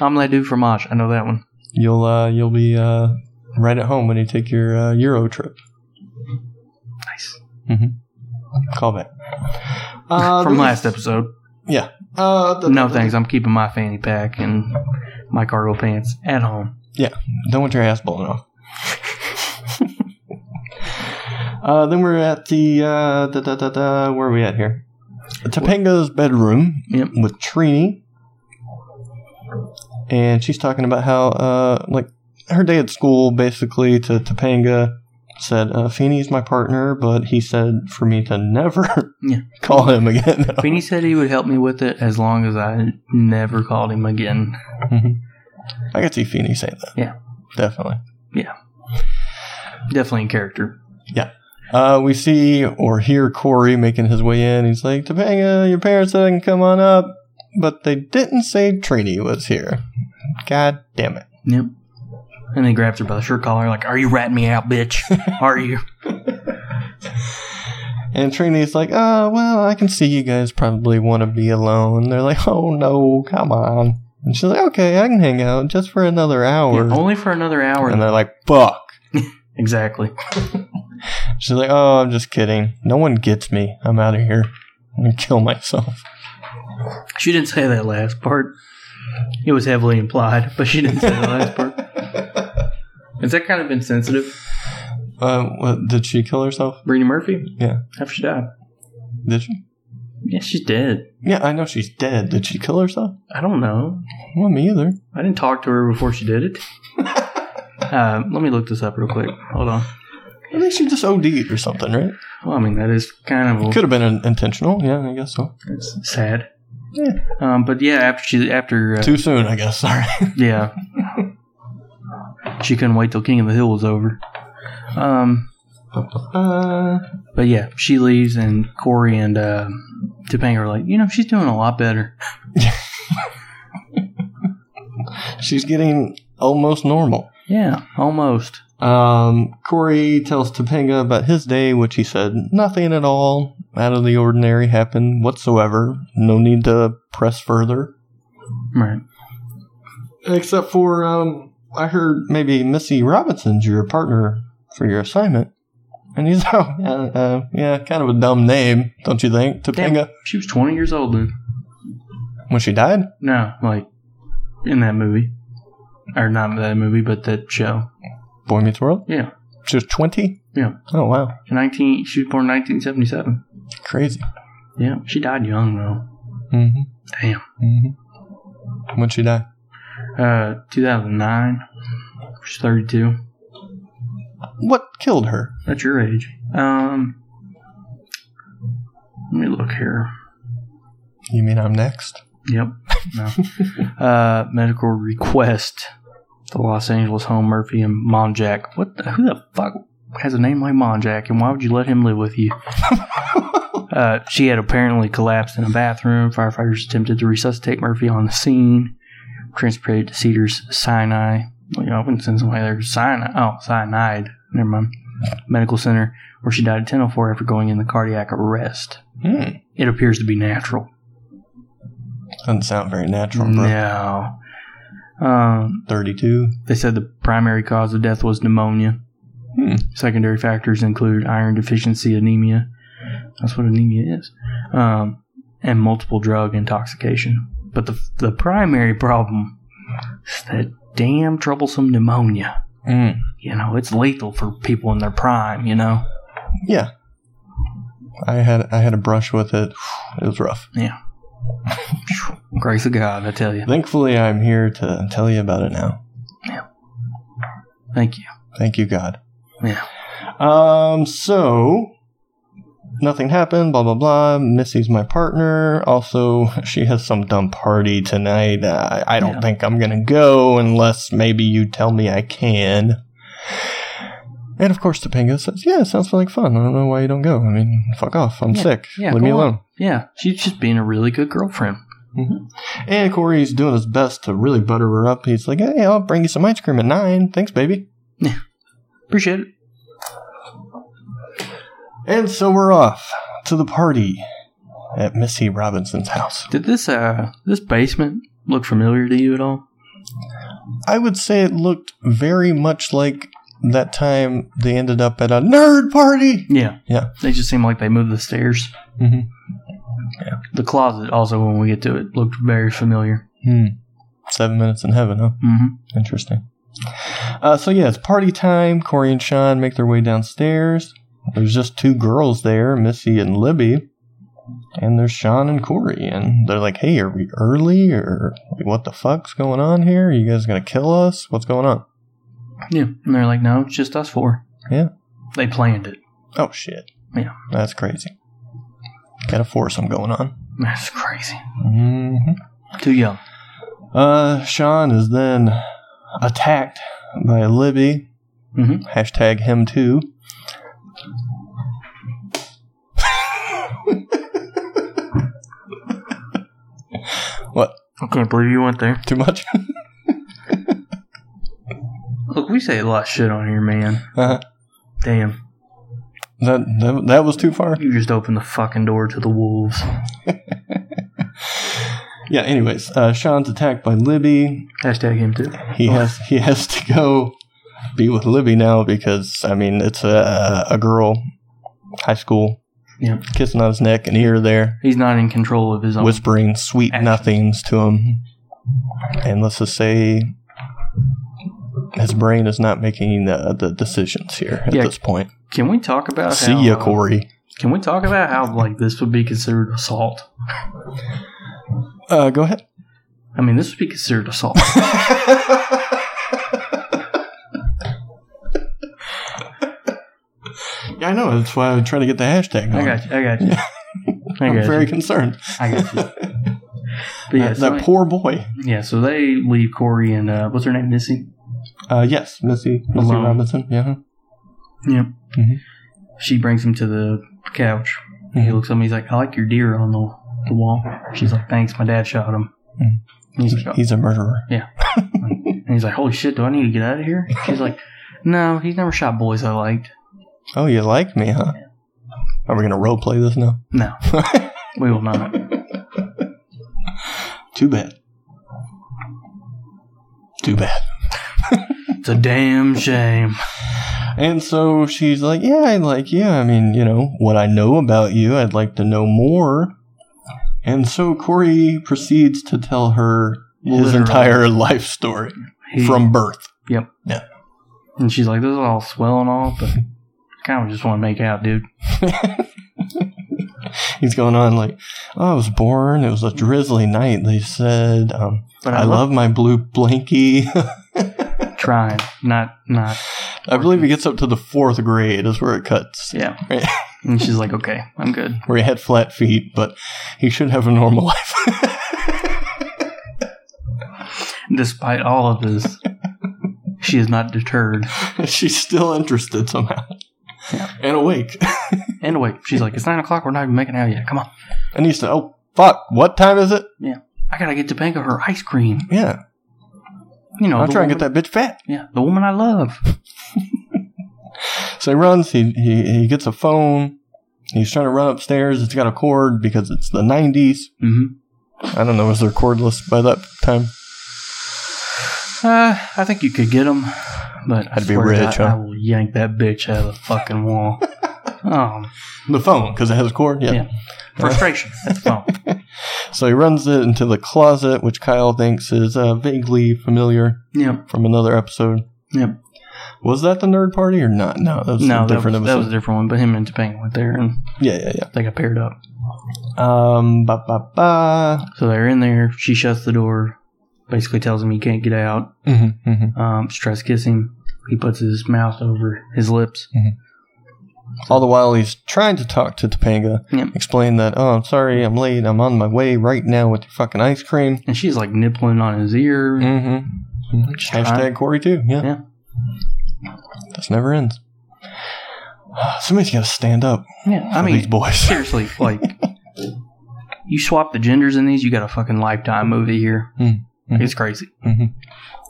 Speaker 2: Omelette du fromage. I know that one.
Speaker 3: You'll uh, you'll be uh, right at home when you take your uh, Euro trip.
Speaker 2: Nice.
Speaker 3: Mm-hmm. Call back. Uh,
Speaker 2: From
Speaker 3: this-
Speaker 2: last episode.
Speaker 3: Yeah. Uh, th-
Speaker 2: No
Speaker 3: th-
Speaker 2: thanks. I'm keeping my fanny pack and my cargo pants at home.
Speaker 3: Don't want your ass blown off. uh, then we're at the uh, da, da, da, da, where are we at here? Topanga's bedroom
Speaker 2: Yep.
Speaker 3: with Trini, and she's talking about how uh, like her day at school basically to Topanga said uh, Feeney's my partner, but he said for me to never
Speaker 2: Yeah.
Speaker 3: call him again.
Speaker 2: Feeney said he would help me with it as long as I never called him again.
Speaker 3: I could see Feeney saying that.
Speaker 2: Yeah.
Speaker 3: definitely.
Speaker 2: Definitely in character.
Speaker 3: Uh, we see or hear Corey making his way in. He's like, Topanga, your parents said I can come on up, but they didn't say Trini was here. God damn it.
Speaker 2: Yep. And then he grabs her by the shirt collar, like, Are you ratting me out, bitch? Are you?
Speaker 3: And Trini's like, oh, well, I can see you guys probably want to be alone. They're like, oh, no, come on. And she's like, okay, I can hang out just for another hour.
Speaker 2: Yeah, only for another hour.
Speaker 3: and they're like, fuck.
Speaker 2: exactly.
Speaker 3: She's like, oh, I'm just kidding. No one gets me. I'm out of here. I'm going to kill myself.
Speaker 2: She didn't say that last part. It was heavily implied, but she didn't say the last part. Is that kind of insensitive,
Speaker 3: Uh, what, did she kill herself?
Speaker 2: Brittany Murphy?
Speaker 3: Yeah.
Speaker 2: After she died?
Speaker 3: Did she?
Speaker 2: Yeah, she's dead.
Speaker 3: Yeah, I know she's dead. Did she kill herself?
Speaker 2: I don't know.
Speaker 3: Well, me either.
Speaker 2: I didn't talk to her before she did it. uh, let me look this up real quick. Hold on.
Speaker 3: I think she just OD'd or something, right?
Speaker 2: Well, I mean, that is kind of
Speaker 3: Could have been in- intentional. Yeah, I guess so.
Speaker 2: it's sad.
Speaker 3: Yeah.
Speaker 2: Um, but yeah, after she, after uh,
Speaker 3: Too soon, I guess. Sorry.
Speaker 2: Yeah. she couldn't wait till King of the Hill was over. Um,
Speaker 3: Uh,
Speaker 2: but yeah, she leaves, and Corey and uh, Topanga are like, you know, she's doing a lot better.
Speaker 3: she's getting almost normal.
Speaker 2: Yeah, almost.
Speaker 3: Um, Corey tells Topanga about his day, which he said nothing at all out of the ordinary happened whatsoever. No need to press further.
Speaker 2: Right.
Speaker 3: Except for, um, I heard maybe Missy Robinson's your partner for your assignment. And he's, oh, yeah, uh, yeah, kind of a dumb name, don't you think?
Speaker 2: Damn,
Speaker 3: Topanga,
Speaker 2: she was 20 years old then.
Speaker 3: when she died?
Speaker 2: No, like in that movie. Or not that movie, but that show.
Speaker 3: Boy Meets World?
Speaker 2: Yeah.
Speaker 3: She was 20?
Speaker 2: Yeah.
Speaker 3: Oh, wow.
Speaker 2: 19, she was born 1977.
Speaker 3: Crazy.
Speaker 2: Yeah, she died young though.
Speaker 3: Mm-hmm.
Speaker 2: Damn.
Speaker 3: Mm-hmm. When she died?
Speaker 2: Uh, 2009. She's 32.
Speaker 3: What killed her?
Speaker 2: That's your age. Um, let me look here.
Speaker 3: You mean I'm next?
Speaker 2: Yep. No. uh, medical request. The Los Angeles home Murphy and Monjack. What? The, who the fuck has a name like Monjack? And why would you let him live with you? uh, she had apparently collapsed in a bathroom. Firefighters attempted to resuscitate Murphy on the scene. Transported to Cedars Sinai. Well, you know, I wouldn't send somebody there. Sinai. Oh, cyanide. Never mind. Medical center where she died at 10:04 after going into cardiac arrest.
Speaker 3: Hmm.
Speaker 2: It appears to be natural.
Speaker 3: Doesn't sound very natural, bro.
Speaker 2: No. Um,
Speaker 3: 32.
Speaker 2: they said the primary cause of death was pneumonia.
Speaker 3: Hmm.
Speaker 2: Secondary factors include iron deficiency anemia. That's what anemia is. Um, and multiple drug intoxication. But the, the primary problem is that damn troublesome pneumonia.
Speaker 3: Mm.
Speaker 2: You know, it's lethal for people in their prime, you know?
Speaker 3: Yeah. I had I had a brush with it. It was rough.
Speaker 2: Grace of God, I tell you.
Speaker 3: Thankfully, I'm here to tell you about it now.
Speaker 2: Thank you.
Speaker 3: Thank you, God.
Speaker 2: Yeah.
Speaker 3: Um. So nothing happened. Blah blah blah. Missy's my partner. Also, she has some dumb party tonight. I, I don't
Speaker 2: Yeah.
Speaker 3: think I'm gonna go unless maybe you tell me I can. And of course, Topanga says, "Yeah, sounds like fun. I don't know why you don't go. I mean, fuck off. I'm
Speaker 2: Yeah,
Speaker 3: sick.
Speaker 2: yeah,
Speaker 3: Leave
Speaker 2: go
Speaker 3: me
Speaker 2: on."
Speaker 3: alone."
Speaker 2: Yeah, she's just being a really good girlfriend.
Speaker 3: And Corey's doing his best to really butter her up. He's like, hey, I'll bring you some ice cream at nine. Thanks, baby.
Speaker 2: Appreciate it.
Speaker 3: And so we're off to the party at Missy Robinson's house.
Speaker 2: Did this uh this basement look familiar to you at all?
Speaker 3: I would say it looked very much like that time they ended up at a nerd party.
Speaker 2: Yeah.
Speaker 3: Yeah.
Speaker 2: They just seem like they moved the stairs.
Speaker 3: Mhm.
Speaker 2: The closet also when we get to it looked very familiar.
Speaker 3: Hmm. Seven minutes in heaven, huh?
Speaker 2: Mm-hmm.
Speaker 3: Interesting. Uh, so yeah, it's party time. Corey and Sean make their way downstairs. There's just two girls there, Missy and Libby, and there's Sean and Corey, and they're like, "Hey, are we early? Or like, what the fuck's going on here? Are you guys gonna kill us? What's going on?"
Speaker 2: Yeah. And they're like, no, it's just us four.
Speaker 3: Yeah.
Speaker 2: They planned it.
Speaker 3: Oh shit!
Speaker 2: Yeah.
Speaker 3: that's crazy. Got a foursome going on.
Speaker 2: That's crazy.
Speaker 3: hmm
Speaker 2: Too young.
Speaker 3: Uh, Sean is then attacked by Libby.
Speaker 2: Mhm.
Speaker 3: Hashtag him too. what?
Speaker 2: I can't believe you went there.
Speaker 3: Too much?
Speaker 2: Look, we say a lot of shit on here, man.
Speaker 3: Uh,
Speaker 2: Damn.
Speaker 3: that, that that was too far.
Speaker 2: You just opened the fucking door to the wolves.
Speaker 3: Yeah. Anyways, uh, Sean's attacked by Libby.
Speaker 2: Hashtag him too.
Speaker 3: He has he has to go be with Libby now because I mean it's a a girl, high school,
Speaker 2: Yeah.
Speaker 3: kissing on his neck and ear there,
Speaker 2: He's not in control of his own.
Speaker 3: whispering sweet
Speaker 2: Action.
Speaker 3: nothings to him, and let's just say. His brain is not making uh, the decisions here at
Speaker 2: Yeah.
Speaker 3: this point.
Speaker 2: Can we talk about
Speaker 3: See
Speaker 2: how, uh,
Speaker 3: ya, Corey.
Speaker 2: Can we talk about how like this would be considered assault?
Speaker 3: Uh, go ahead.
Speaker 2: I mean, this would be considered assault.
Speaker 3: Yeah, I know. That's why I'm trying to get the hashtag.
Speaker 2: I
Speaker 3: going.
Speaker 2: got you. I got you. I
Speaker 3: I'm
Speaker 2: got
Speaker 3: very
Speaker 2: you.
Speaker 3: concerned.
Speaker 2: I got you. But yeah,
Speaker 3: that,
Speaker 2: so
Speaker 3: that poor boy.
Speaker 2: yeah, so they leave Corey and uh, what's her name, Missy.
Speaker 3: Uh, yes, Missy, Missy
Speaker 2: Malone.
Speaker 3: Robinson. Yeah.
Speaker 2: Yep.
Speaker 3: Mhm.
Speaker 2: She brings him to the couch. He
Speaker 3: Mm-hmm.
Speaker 2: looks at me. He's like, "I like your deer on the the wall." She's like, "Thanks, my dad shot him."
Speaker 3: Mhm.
Speaker 2: And He's like,
Speaker 3: He's a murderer.
Speaker 2: and he's like, "Holy shit, do I need to get out of here?" She's like, "No, he's never shot boys I liked."
Speaker 3: Oh, you like me, huh? Are we gonna role play this now?
Speaker 2: No, we will not.
Speaker 3: Too bad. Too bad.
Speaker 2: It's a damn shame.
Speaker 3: And so she's like, "Yeah, I like you. I mean, you know what I know about you. I'd like to know more." And so Corey proceeds to tell her his
Speaker 2: Literally.
Speaker 3: entire life story
Speaker 2: He-
Speaker 3: from birth.
Speaker 2: and she's like, "This is all swell and all, but." Kind of just want to make out, dude.
Speaker 3: He's going on like, "Oh, I was born. It was a drizzly night. They said um,
Speaker 2: But
Speaker 3: I love my blue blankie."
Speaker 2: trying, not not.
Speaker 3: I believe he gets up to the fourth grade is where it cuts,
Speaker 2: Yeah.
Speaker 3: Right.
Speaker 2: And she's like, "Okay, I'm good."
Speaker 3: where he had flat feet, but he should have a normal life.
Speaker 2: Despite all of this, she is not deterred.
Speaker 3: She's still interested somehow
Speaker 2: Yeah.
Speaker 3: and awake.
Speaker 2: And wait, she's like, it's nine o'clock. We're not even making out yet. Come on.
Speaker 3: And he's like, oh, fuck, what time is it?
Speaker 2: I gotta get to Banco her ice cream.
Speaker 3: Yeah,
Speaker 2: You know,
Speaker 3: I'll
Speaker 2: the
Speaker 3: try and
Speaker 2: woman-
Speaker 3: get that bitch fat.
Speaker 2: Yeah, the woman I love.
Speaker 3: So he runs, he, he, he gets a phone. He's trying to run upstairs. It's got a cord because it's the 90s.
Speaker 2: Mm-hmm.
Speaker 3: I don't know, is there cordless by that time?
Speaker 2: Uh, I think you could get them, but I
Speaker 3: I'd be
Speaker 2: swear to
Speaker 3: rich,
Speaker 2: God,
Speaker 3: huh?
Speaker 2: I will yank that bitch out of the fucking wall. um,
Speaker 3: The phone, because it has a cord. Yeah.
Speaker 2: Yeah. frustration. Oh. That's the phone.
Speaker 3: So he runs it into the closet, which Kyle thinks is uh, vaguely familiar
Speaker 2: Yep.
Speaker 3: from another episode.
Speaker 2: Yep.
Speaker 3: Was that the nerd party or not? No, that was
Speaker 2: No,
Speaker 3: a
Speaker 2: that was,
Speaker 3: different
Speaker 2: that was a
Speaker 3: episode.
Speaker 2: different one. But him and Topanga went there, and
Speaker 3: yeah, yeah, yeah.
Speaker 2: they got paired up.
Speaker 3: Um, ba ba ba.
Speaker 2: So they're in there. She shuts the door. Basically tells him he can't get out.
Speaker 3: Mm-hmm, mm-hmm.
Speaker 2: Um, she tries to kiss him. He puts his mouth over his lips.
Speaker 3: All the while, he's trying to talk to Topanga,
Speaker 2: Yep.
Speaker 3: explain that, oh, I'm sorry, I'm late, I'm on my way right now with your fucking ice cream.
Speaker 2: And she's like nibbling on his ear.
Speaker 3: Mm-hmm.
Speaker 2: Just trying-
Speaker 3: Hashtag Corey, too. Yeah.
Speaker 2: Yeah.
Speaker 3: This never ends. Somebody's got to stand up
Speaker 2: Yeah, I
Speaker 3: for Mm-hmm. these
Speaker 2: mean,
Speaker 3: boys.
Speaker 2: seriously, like, you swap the genders in these, you got a fucking lifetime movie here.
Speaker 3: Mm, mhm.
Speaker 2: It's crazy.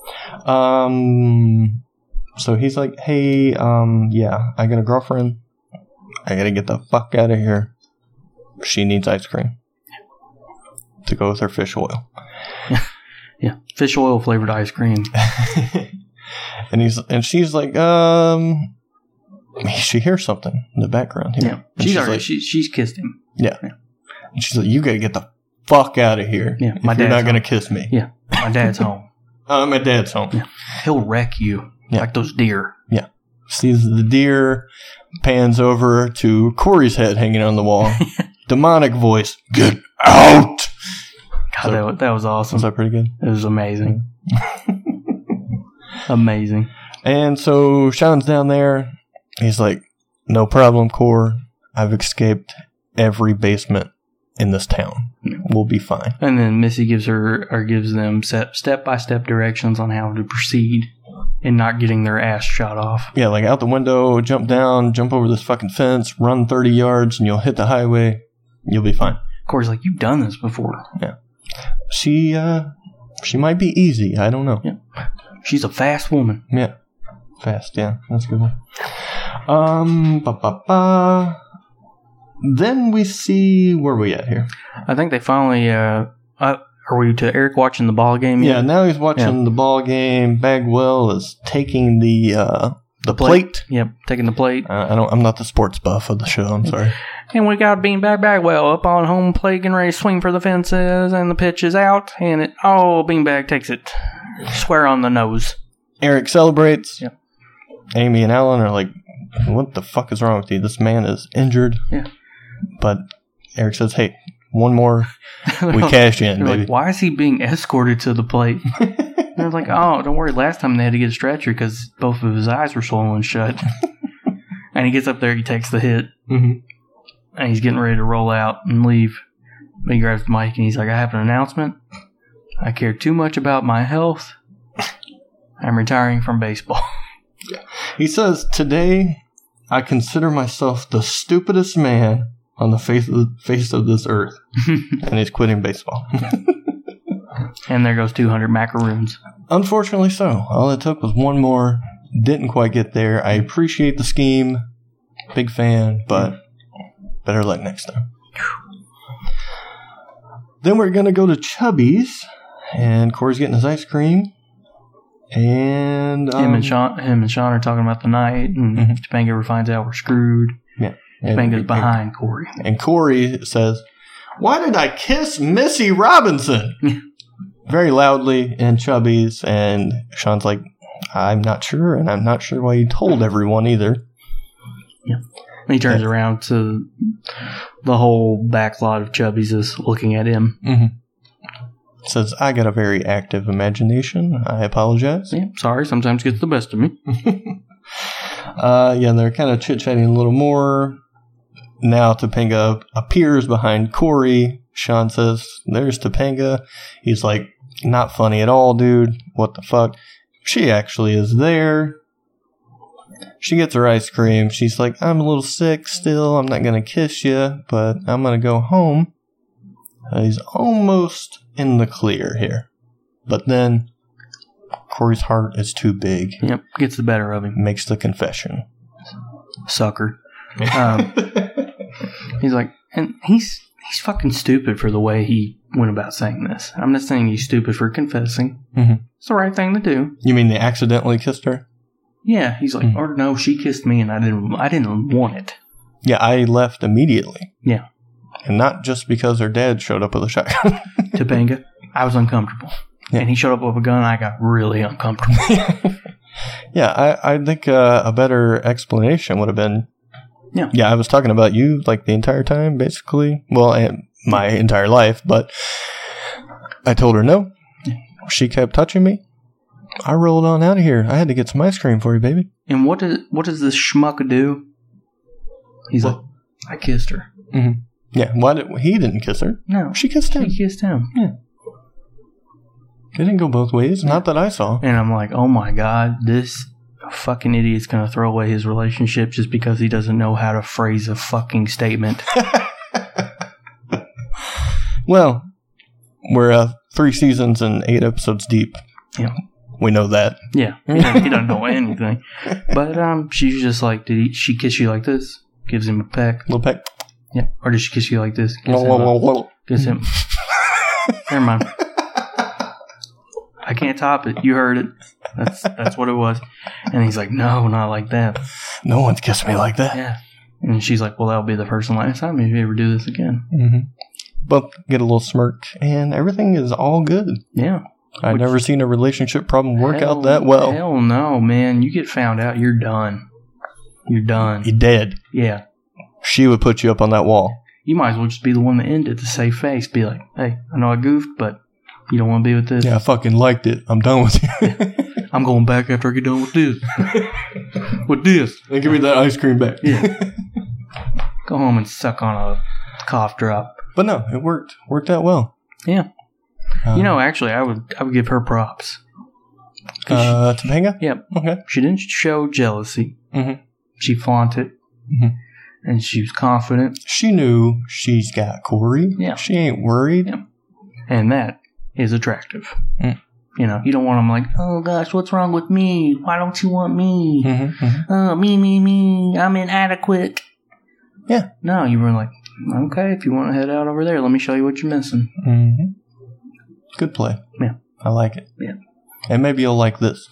Speaker 3: Mm-hmm. Um, so he's like, "Hey, um, yeah, I got a girlfriend. I gotta get the fuck out of here. She needs ice cream to go with her fish oil."
Speaker 2: Yeah, fish oil flavored ice cream.
Speaker 3: and he's and she's like, "Um, she hears something in the background here."
Speaker 2: Yeah,
Speaker 3: And
Speaker 2: she's,
Speaker 3: she's
Speaker 2: already
Speaker 3: like-
Speaker 2: she, she's kissed him.
Speaker 3: And she's like, "You gotta get the fuck out of here.
Speaker 2: Yeah,
Speaker 3: if
Speaker 2: my
Speaker 3: you're
Speaker 2: dad's
Speaker 3: not gonna
Speaker 2: home.
Speaker 3: kiss me.
Speaker 2: Yeah. My dad's home.
Speaker 3: I'm at dad's home."
Speaker 2: Yeah. He'll wreck you
Speaker 3: Yeah.
Speaker 2: like those deer.
Speaker 3: sees the deer, pans over to Corey's head hanging on the wall. Demonic voice, get out!
Speaker 2: God, that, wa- that was awesome.
Speaker 3: Sounds that pretty good.
Speaker 2: It was amazing. amazing.
Speaker 3: And so Sean's down there. He's like, no problem, Core. I've escaped every basement in this town. We'll be fine.
Speaker 2: And then Missy gives her or gives them step by step directions on how to proceed and not getting their ass shot off.
Speaker 3: Yeah, like out the window, jump down, jump over this fucking fence, run 30 yards, and you'll hit the highway. You'll be fine.
Speaker 2: Corey's like, You've done this before.
Speaker 3: She, uh, she might be easy. I don't know.
Speaker 2: She's a fast woman.
Speaker 3: Yeah. Fast, yeah, that's a good one. Um, ba ba ba. Then we see where we at here.
Speaker 2: I think they finally. Uh, uh, are we to Eric watching the ball game?
Speaker 3: Yeah,
Speaker 2: yet?
Speaker 3: now he's watching the ball game. Bagwell is taking the uh, the plate.
Speaker 2: Yep, taking the plate.
Speaker 3: Uh, I don't. I'm not the sports buff of the show. I'm sorry.
Speaker 2: And we got Beanbag Bagwell up on home plate, getting ready to swing for the fences, and the pitch is out, and it oh, Beanbag takes it, square on the nose.
Speaker 3: Eric celebrates.
Speaker 2: Yep.
Speaker 3: Amy and Alan are like, "What the fuck is wrong with you? This man is injured."
Speaker 2: Yeah.
Speaker 3: But Eric says, "Hey, one more. We cash in,
Speaker 2: They're
Speaker 3: baby."
Speaker 2: like, why is he being escorted to the plate? They're like, oh, don't worry. Last time they had to get a stretcher because both of his eyes were swollen shut. and he gets up there, he takes the hit,
Speaker 3: Mhm.
Speaker 2: and he's getting ready to roll out and leave. But he grabs the mic and he's like, I have an announcement. I care too much about my health. I'm retiring from baseball.
Speaker 3: He says, "Today, I consider myself the stupidest man on the face of the face of this earth," and he's quitting baseball.
Speaker 2: and there goes 200 macaroons.
Speaker 3: Unfortunately, so all it took was one more. Didn't quite get there. I appreciate the scheme, big fan, but better luck next time. Then we're gonna go to Chubby's, and Corey's getting his ice cream, and um,
Speaker 2: him and Sean, him and Sean are talking about the night, and
Speaker 3: Mhm.
Speaker 2: Topanga finds out we're screwed.
Speaker 3: and-
Speaker 2: Topanga's behind Corey.
Speaker 3: And Corey says, Why did I kiss Missy Robinson? Very loudly in Chubby's. And Sean's like, I'm not sure. And I'm not sure why you told everyone either.
Speaker 2: And he turns around to the whole back lot of chubbies is looking at him.
Speaker 3: Says, I got a very active imagination. I apologize.
Speaker 2: Yeah, sorry, sometimes gets the best of me.
Speaker 3: Uh, yeah, they're kind of chit chatting a little more. Now Topanga appears behind Corey. Sean says, There's Topanga. He's like, Not funny at all, dude. What the fuck? She actually is there. She gets her ice cream. She's like, I'm a little sick still. I'm not going to kiss you, but I'm going to go home. Uh, he's almost in the clear here. But then Corey's heart is too big.
Speaker 2: Yep, gets the better of him.
Speaker 3: Makes the confession.
Speaker 2: Sucker. Um, he's like, and he's he's fucking stupid for the way he went about saying this. I'm not saying he's stupid for confessing.
Speaker 3: Mhm.
Speaker 2: It's the right thing to do.
Speaker 3: You mean they accidentally kissed her?
Speaker 2: Yeah, he's like,
Speaker 3: Mhm.
Speaker 2: or no, she kissed me and I didn't I didn't want it.
Speaker 3: Yeah, I left immediately.
Speaker 2: Yeah.
Speaker 3: And not just because her dad showed up with a shotgun.
Speaker 2: Topanga, I was uncomfortable.
Speaker 3: Yeah.
Speaker 2: And he showed up with a gun. I got really uncomfortable.
Speaker 3: yeah, I, I think uh, a better explanation would have been.
Speaker 2: Yeah.
Speaker 3: Yeah, I was talking about you like the entire time, basically. Well, and my entire life, but I told her no. She kept touching me. I rolled on out of here. I had to get some ice cream for you, baby.
Speaker 2: and what does what does this schmuck do? He's
Speaker 3: What?
Speaker 2: like, I kissed her.
Speaker 3: Yeah, why did he didn't kiss her?
Speaker 2: No,
Speaker 3: She kissed him.
Speaker 2: she kissed him.
Speaker 3: It didn't go both ways. Not that I saw.
Speaker 2: And I'm like, oh my god, this fucking idiot's gonna throw away his relationship just because he doesn't know how to phrase a fucking statement.
Speaker 3: Well, we're uh, three seasons and eight episodes deep.
Speaker 2: Yeah.
Speaker 3: We know that.
Speaker 2: yeah, he doesn't, he doesn't know anything. But um, she's just like, did he, she kiss you like this? Gives him a peck.
Speaker 3: Little peck.
Speaker 2: Yeah, or did she kiss you like this? Gives
Speaker 3: Whoa,
Speaker 2: him
Speaker 3: whoa,
Speaker 2: a-
Speaker 3: whoa, whoa.
Speaker 2: Guess him. Never mind. I can't top it. You heard it. That's that's what it was. And he's like, no, not like that.
Speaker 3: No one's kissed me like that.
Speaker 2: Yeah. And she's like, well, that'll be the first and last time if you ever do this again.
Speaker 3: Mm-hmm. Both get a little smirk, and everything is all good.
Speaker 2: Yeah.
Speaker 3: I've
Speaker 2: Which-
Speaker 3: never seen a relationship problem work
Speaker 2: Hell-
Speaker 3: out that well.
Speaker 2: Hell no, man. You get found out, you're done. You're done.
Speaker 3: You're dead.
Speaker 2: Yeah.
Speaker 3: She would put you up on that wall.
Speaker 2: You might as well just be the one that ended to save face. Be like, hey, I know I goofed, but you don't want to be with this.
Speaker 3: Yeah, I fucking liked it. I'm done with you.
Speaker 2: I'm going back after I get done with this. with this.
Speaker 3: and give me that ice cream back.
Speaker 2: Yeah. Go home and suck on a cough drop.
Speaker 3: But no, it worked. Worked out well.
Speaker 2: Yeah.
Speaker 3: Um,
Speaker 2: You know, actually, I would I would give her props. 'Cause she-
Speaker 3: uh, Topanga?
Speaker 2: Yep.
Speaker 3: Okay.
Speaker 2: she, didn't show jealousy.
Speaker 3: Mhm.
Speaker 2: She flaunted,
Speaker 3: Mhm.
Speaker 2: and she was confident,
Speaker 3: She knew she's got Corey.
Speaker 2: Yeah.
Speaker 3: She ain't worried.
Speaker 2: and that is attractive.
Speaker 3: Mm.
Speaker 2: You know, you don't want them like, oh gosh, what's wrong with me? Why don't you want me?
Speaker 3: Mm-hmm, mm-hmm.
Speaker 2: Oh, me, me, me. I'm inadequate.
Speaker 3: Yeah.
Speaker 2: No, you were like, okay, if you want to head out over there, let me show you what you're missing.
Speaker 3: Good play.
Speaker 2: Mm-hmm. Yeah.
Speaker 3: I like it.
Speaker 2: Yeah.
Speaker 3: And maybe you'll like this.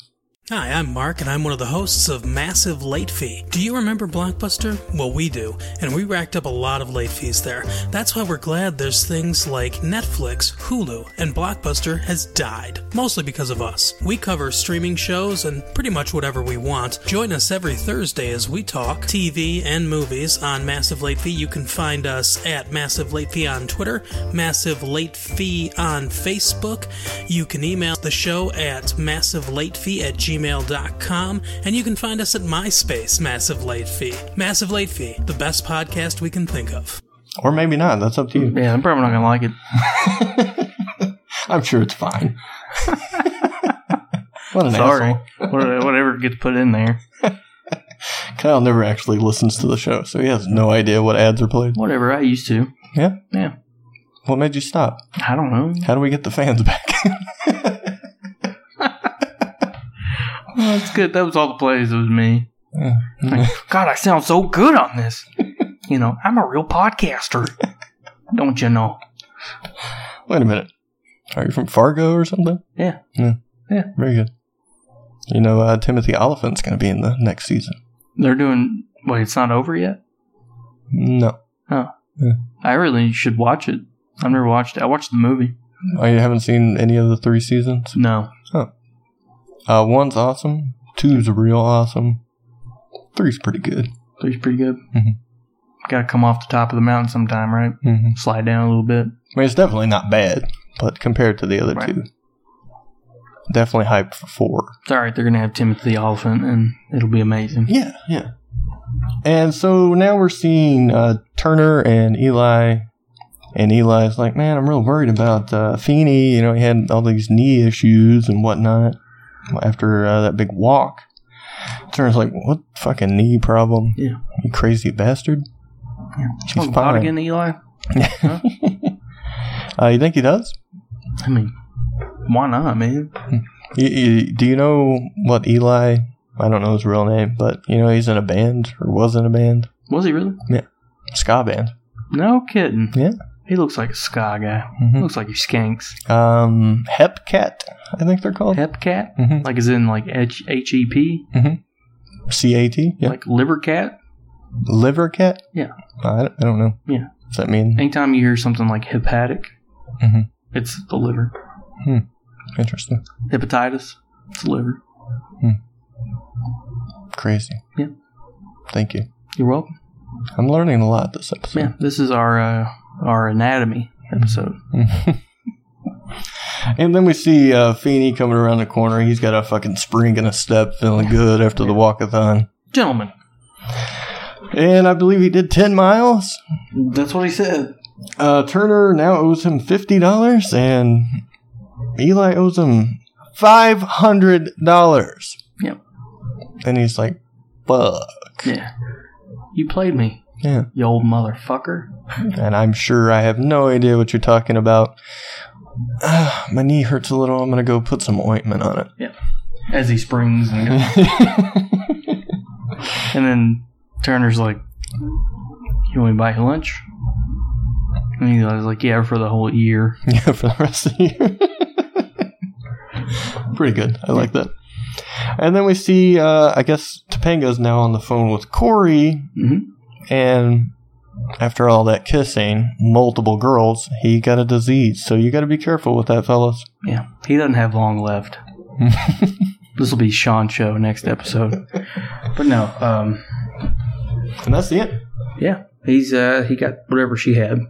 Speaker 4: Hi, I'm Mark, and I'm one of the hosts of Massive Late Fee. Do you remember Blockbuster? Well, we do, and we racked up a lot of late fees there. That's why we're glad there's things like Netflix, Hulu, and Blockbuster has died, mostly because of us. We cover streaming shows and pretty much whatever we want. Join us every Thursday as we talk TV and movies on Massive Late Fee. You can find us at Massive Late Fee on Twitter, Massive Late Fee on Facebook. You can email the show at massivelatefee at gmail gmail.com, and you can find us at MySpace, Massive Late Fee. Massive Late Fee, the best podcast we can think of.
Speaker 3: Or maybe not. That's up to you.
Speaker 2: Yeah, I'm probably not going to like it.
Speaker 3: I'm sure it's fine. what an
Speaker 2: Sorry.
Speaker 3: asshole.
Speaker 2: What- Whatever gets put in there.
Speaker 3: Kyle never actually listens to the show, so he has no idea what ads are played.
Speaker 2: Whatever I used to.
Speaker 3: Yeah?
Speaker 2: Yeah.
Speaker 3: What made you stop?
Speaker 2: I don't know.
Speaker 3: How do we get the fans back?
Speaker 2: Well, that's good. That was all the plays. It was me.
Speaker 3: Yeah.
Speaker 2: Like, God, I sound so good on this. You know, I'm a real podcaster. Don't you know?
Speaker 3: Wait a minute. Are you from Fargo or something?
Speaker 2: Yeah.
Speaker 3: Yeah.
Speaker 2: Yeah.
Speaker 3: Very good. You know, uh, Timothy Oliphant's going to be in the next season.
Speaker 2: They're doing. Wait, it's not over yet.
Speaker 3: No.
Speaker 2: I really should watch it. I've never watched it. I watched the movie.
Speaker 3: Oh, you haven't seen any of the three seasons?
Speaker 2: No,
Speaker 3: Uh, one's awesome. Two's real awesome. Three's pretty good.
Speaker 2: but it's pretty good.
Speaker 3: Mhm.
Speaker 2: Got to come off the top of the mountain sometime, right?
Speaker 3: Mm-hmm.
Speaker 2: Slide down a little bit.
Speaker 3: I mean, it's definitely not bad, but compared to the other
Speaker 2: Right.
Speaker 3: two, definitely hyped for four.
Speaker 2: It's all right. They're gonna have Timothy Oliphant, and it'll be amazing.
Speaker 3: Yeah, yeah. And so now we're seeing uh, Turner and Eli, and Eli's like, man, I'm real worried about uh, Feeney. You know, he had all these knee issues and whatnot after uh, that big walk. Turner's like, what fucking knee problem?
Speaker 2: Yeah.
Speaker 3: You crazy bastard.
Speaker 2: Come on, pot
Speaker 3: fine.
Speaker 2: again, Eli.
Speaker 3: Uh, you think he does?
Speaker 2: I mean, why not, man?
Speaker 3: You, you, do you know what Eli? I don't know his real name, but you know he's in a band or was in a band,
Speaker 2: Was he really?
Speaker 3: ska band.
Speaker 2: No kidding.
Speaker 3: Yeah.
Speaker 2: He looks like a ska guy.
Speaker 3: Mhm.
Speaker 2: Looks like he skanks.
Speaker 3: Um, Hepcat, I think they're called.
Speaker 2: Hepcat?
Speaker 3: Mhm.
Speaker 2: Like is in like H H E P?
Speaker 3: C A T, yeah.
Speaker 2: Like liver cat?
Speaker 3: Liver cat?
Speaker 2: Yeah.
Speaker 3: I don't, I don't know.
Speaker 2: Yeah.
Speaker 3: Does that mean
Speaker 2: Anytime you hear something like hepatic,
Speaker 3: Mhm.
Speaker 2: it's the liver.
Speaker 3: interesting?
Speaker 2: Hepatitis, it's the liver.
Speaker 3: Crazy.
Speaker 2: Yeah.
Speaker 3: Thank you.
Speaker 2: You're welcome.
Speaker 3: I'm learning a lot this episode.
Speaker 2: Yeah, this is our uh, our anatomy
Speaker 3: Mm-hmm.
Speaker 2: episode.
Speaker 3: And then we see uh, Feeney coming around the corner. He's got a fucking spring and a step, feeling good after the walkathon.
Speaker 2: Gentlemen.
Speaker 3: And I believe he did 10 miles.
Speaker 2: That's what he said.
Speaker 3: Uh, Turner now owes him $50, and Eli owes him $500.
Speaker 2: Yep.
Speaker 3: And he's like, fuck.
Speaker 2: Yeah. You played me,
Speaker 3: Yeah.
Speaker 2: you old motherfucker.
Speaker 3: and I'm sure I have no idea what you're talking about. Ah, my knee hurts a little. I'm gonna go put some ointment on it.
Speaker 2: As he springs and goes. And then Turner's like, You want me to buy you lunch? And he was like, Yeah, for the whole year.
Speaker 3: yeah, for the rest of the year. Pretty good. I like that. And then we see, uh, I guess Topanga's now on the phone with Corey,
Speaker 2: Mm-hmm.
Speaker 3: and after all that kissing, multiple girls, he got a disease. So you got to be careful with that, fellas.
Speaker 2: Yeah, he doesn't have long left. this will be Sean show next episode. But no, um,
Speaker 3: And that's it.
Speaker 2: yeah, he's uh, he got whatever she had.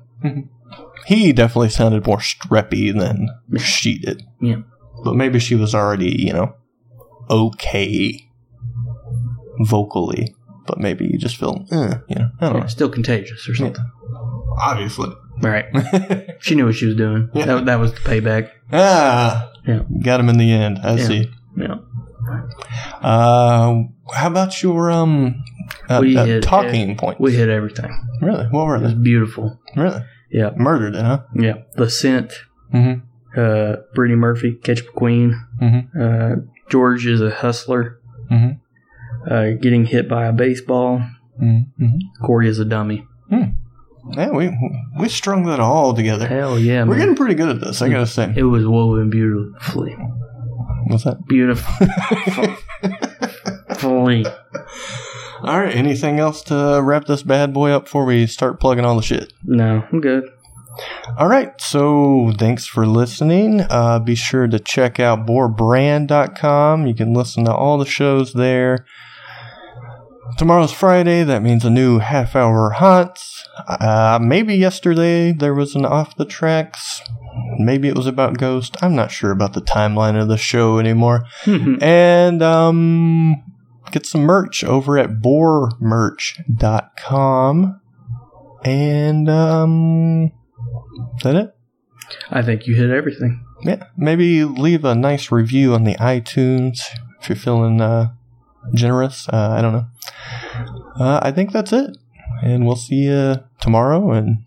Speaker 3: He definitely sounded more streppy than she did.
Speaker 2: Yeah.
Speaker 3: But maybe she was already, you know, okay vocally. But maybe you just feel, eh, you know, I don't
Speaker 2: Yeah, still contagious or something.
Speaker 3: know. Obviously.
Speaker 2: Right. she knew what she was doing.
Speaker 3: Yeah.
Speaker 2: That, that was the payback.
Speaker 3: Ah.
Speaker 2: Yeah.
Speaker 3: Got him in the end. I
Speaker 2: Yeah.
Speaker 3: see.
Speaker 2: Yeah.
Speaker 3: Uh, how about your um uh,
Speaker 2: We
Speaker 3: uh,
Speaker 2: had-
Speaker 3: talking points?
Speaker 2: We hit everything.
Speaker 3: really? What were
Speaker 2: It was
Speaker 3: they?
Speaker 2: beautiful.
Speaker 3: Really?
Speaker 2: Yeah.
Speaker 3: Murdered it, huh?
Speaker 2: Yeah. The scent,
Speaker 3: Mm-hmm.
Speaker 2: Uh, Brittany Murphy, Catch McQueen.
Speaker 3: Mhm.
Speaker 2: Uh, George is a hustler.
Speaker 3: Mhm.
Speaker 2: Uh, getting hit by a baseball.
Speaker 3: Mm-hmm.
Speaker 2: Corey is a dummy.
Speaker 3: Yeah, we we strung that all together.
Speaker 2: Hell yeah,
Speaker 3: We're
Speaker 2: man.
Speaker 3: getting pretty good at this, I gotta say.
Speaker 2: it was woven beautifully.
Speaker 3: What's that?
Speaker 2: Beautifully.
Speaker 3: All right. Anything else to wrap this bad boy up before we start plugging all the shit?
Speaker 2: No, I'm good.
Speaker 3: All right. So thanks for listening. Uh, be sure to check out boarbrand.com. You can listen to all the shows there. Tomorrow's Friday. That means a new half hour haunts. Uh, maybe yesterday there was an off the tracks. Maybe it was about Ghost. I'm not sure about the timeline of the show anymore. and um, get some merch over at boarmerch.com. And um, is that it?
Speaker 2: I think you hit everything.
Speaker 3: Yeah, maybe leave a nice review on the iTunes if you're feeling uh, generous. Uh, I don't know. Uh, I think that's it, and we'll see you tomorrow and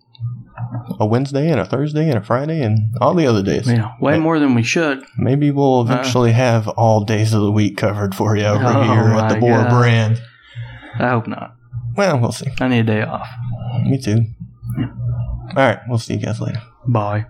Speaker 3: a Wednesday and a Thursday and a Friday and all the other days.
Speaker 2: Yeah, way
Speaker 3: Yeah.
Speaker 2: more than we should.
Speaker 3: Maybe we'll eventually have all days of the week covered for you over
Speaker 2: Uh. Oh
Speaker 3: here at the
Speaker 2: my
Speaker 3: Boar
Speaker 2: God.
Speaker 3: brand.
Speaker 2: I hope not.
Speaker 3: Well, we'll see.
Speaker 2: I need a day off.
Speaker 3: Me too. All right, we'll see you guys later.
Speaker 2: Bye.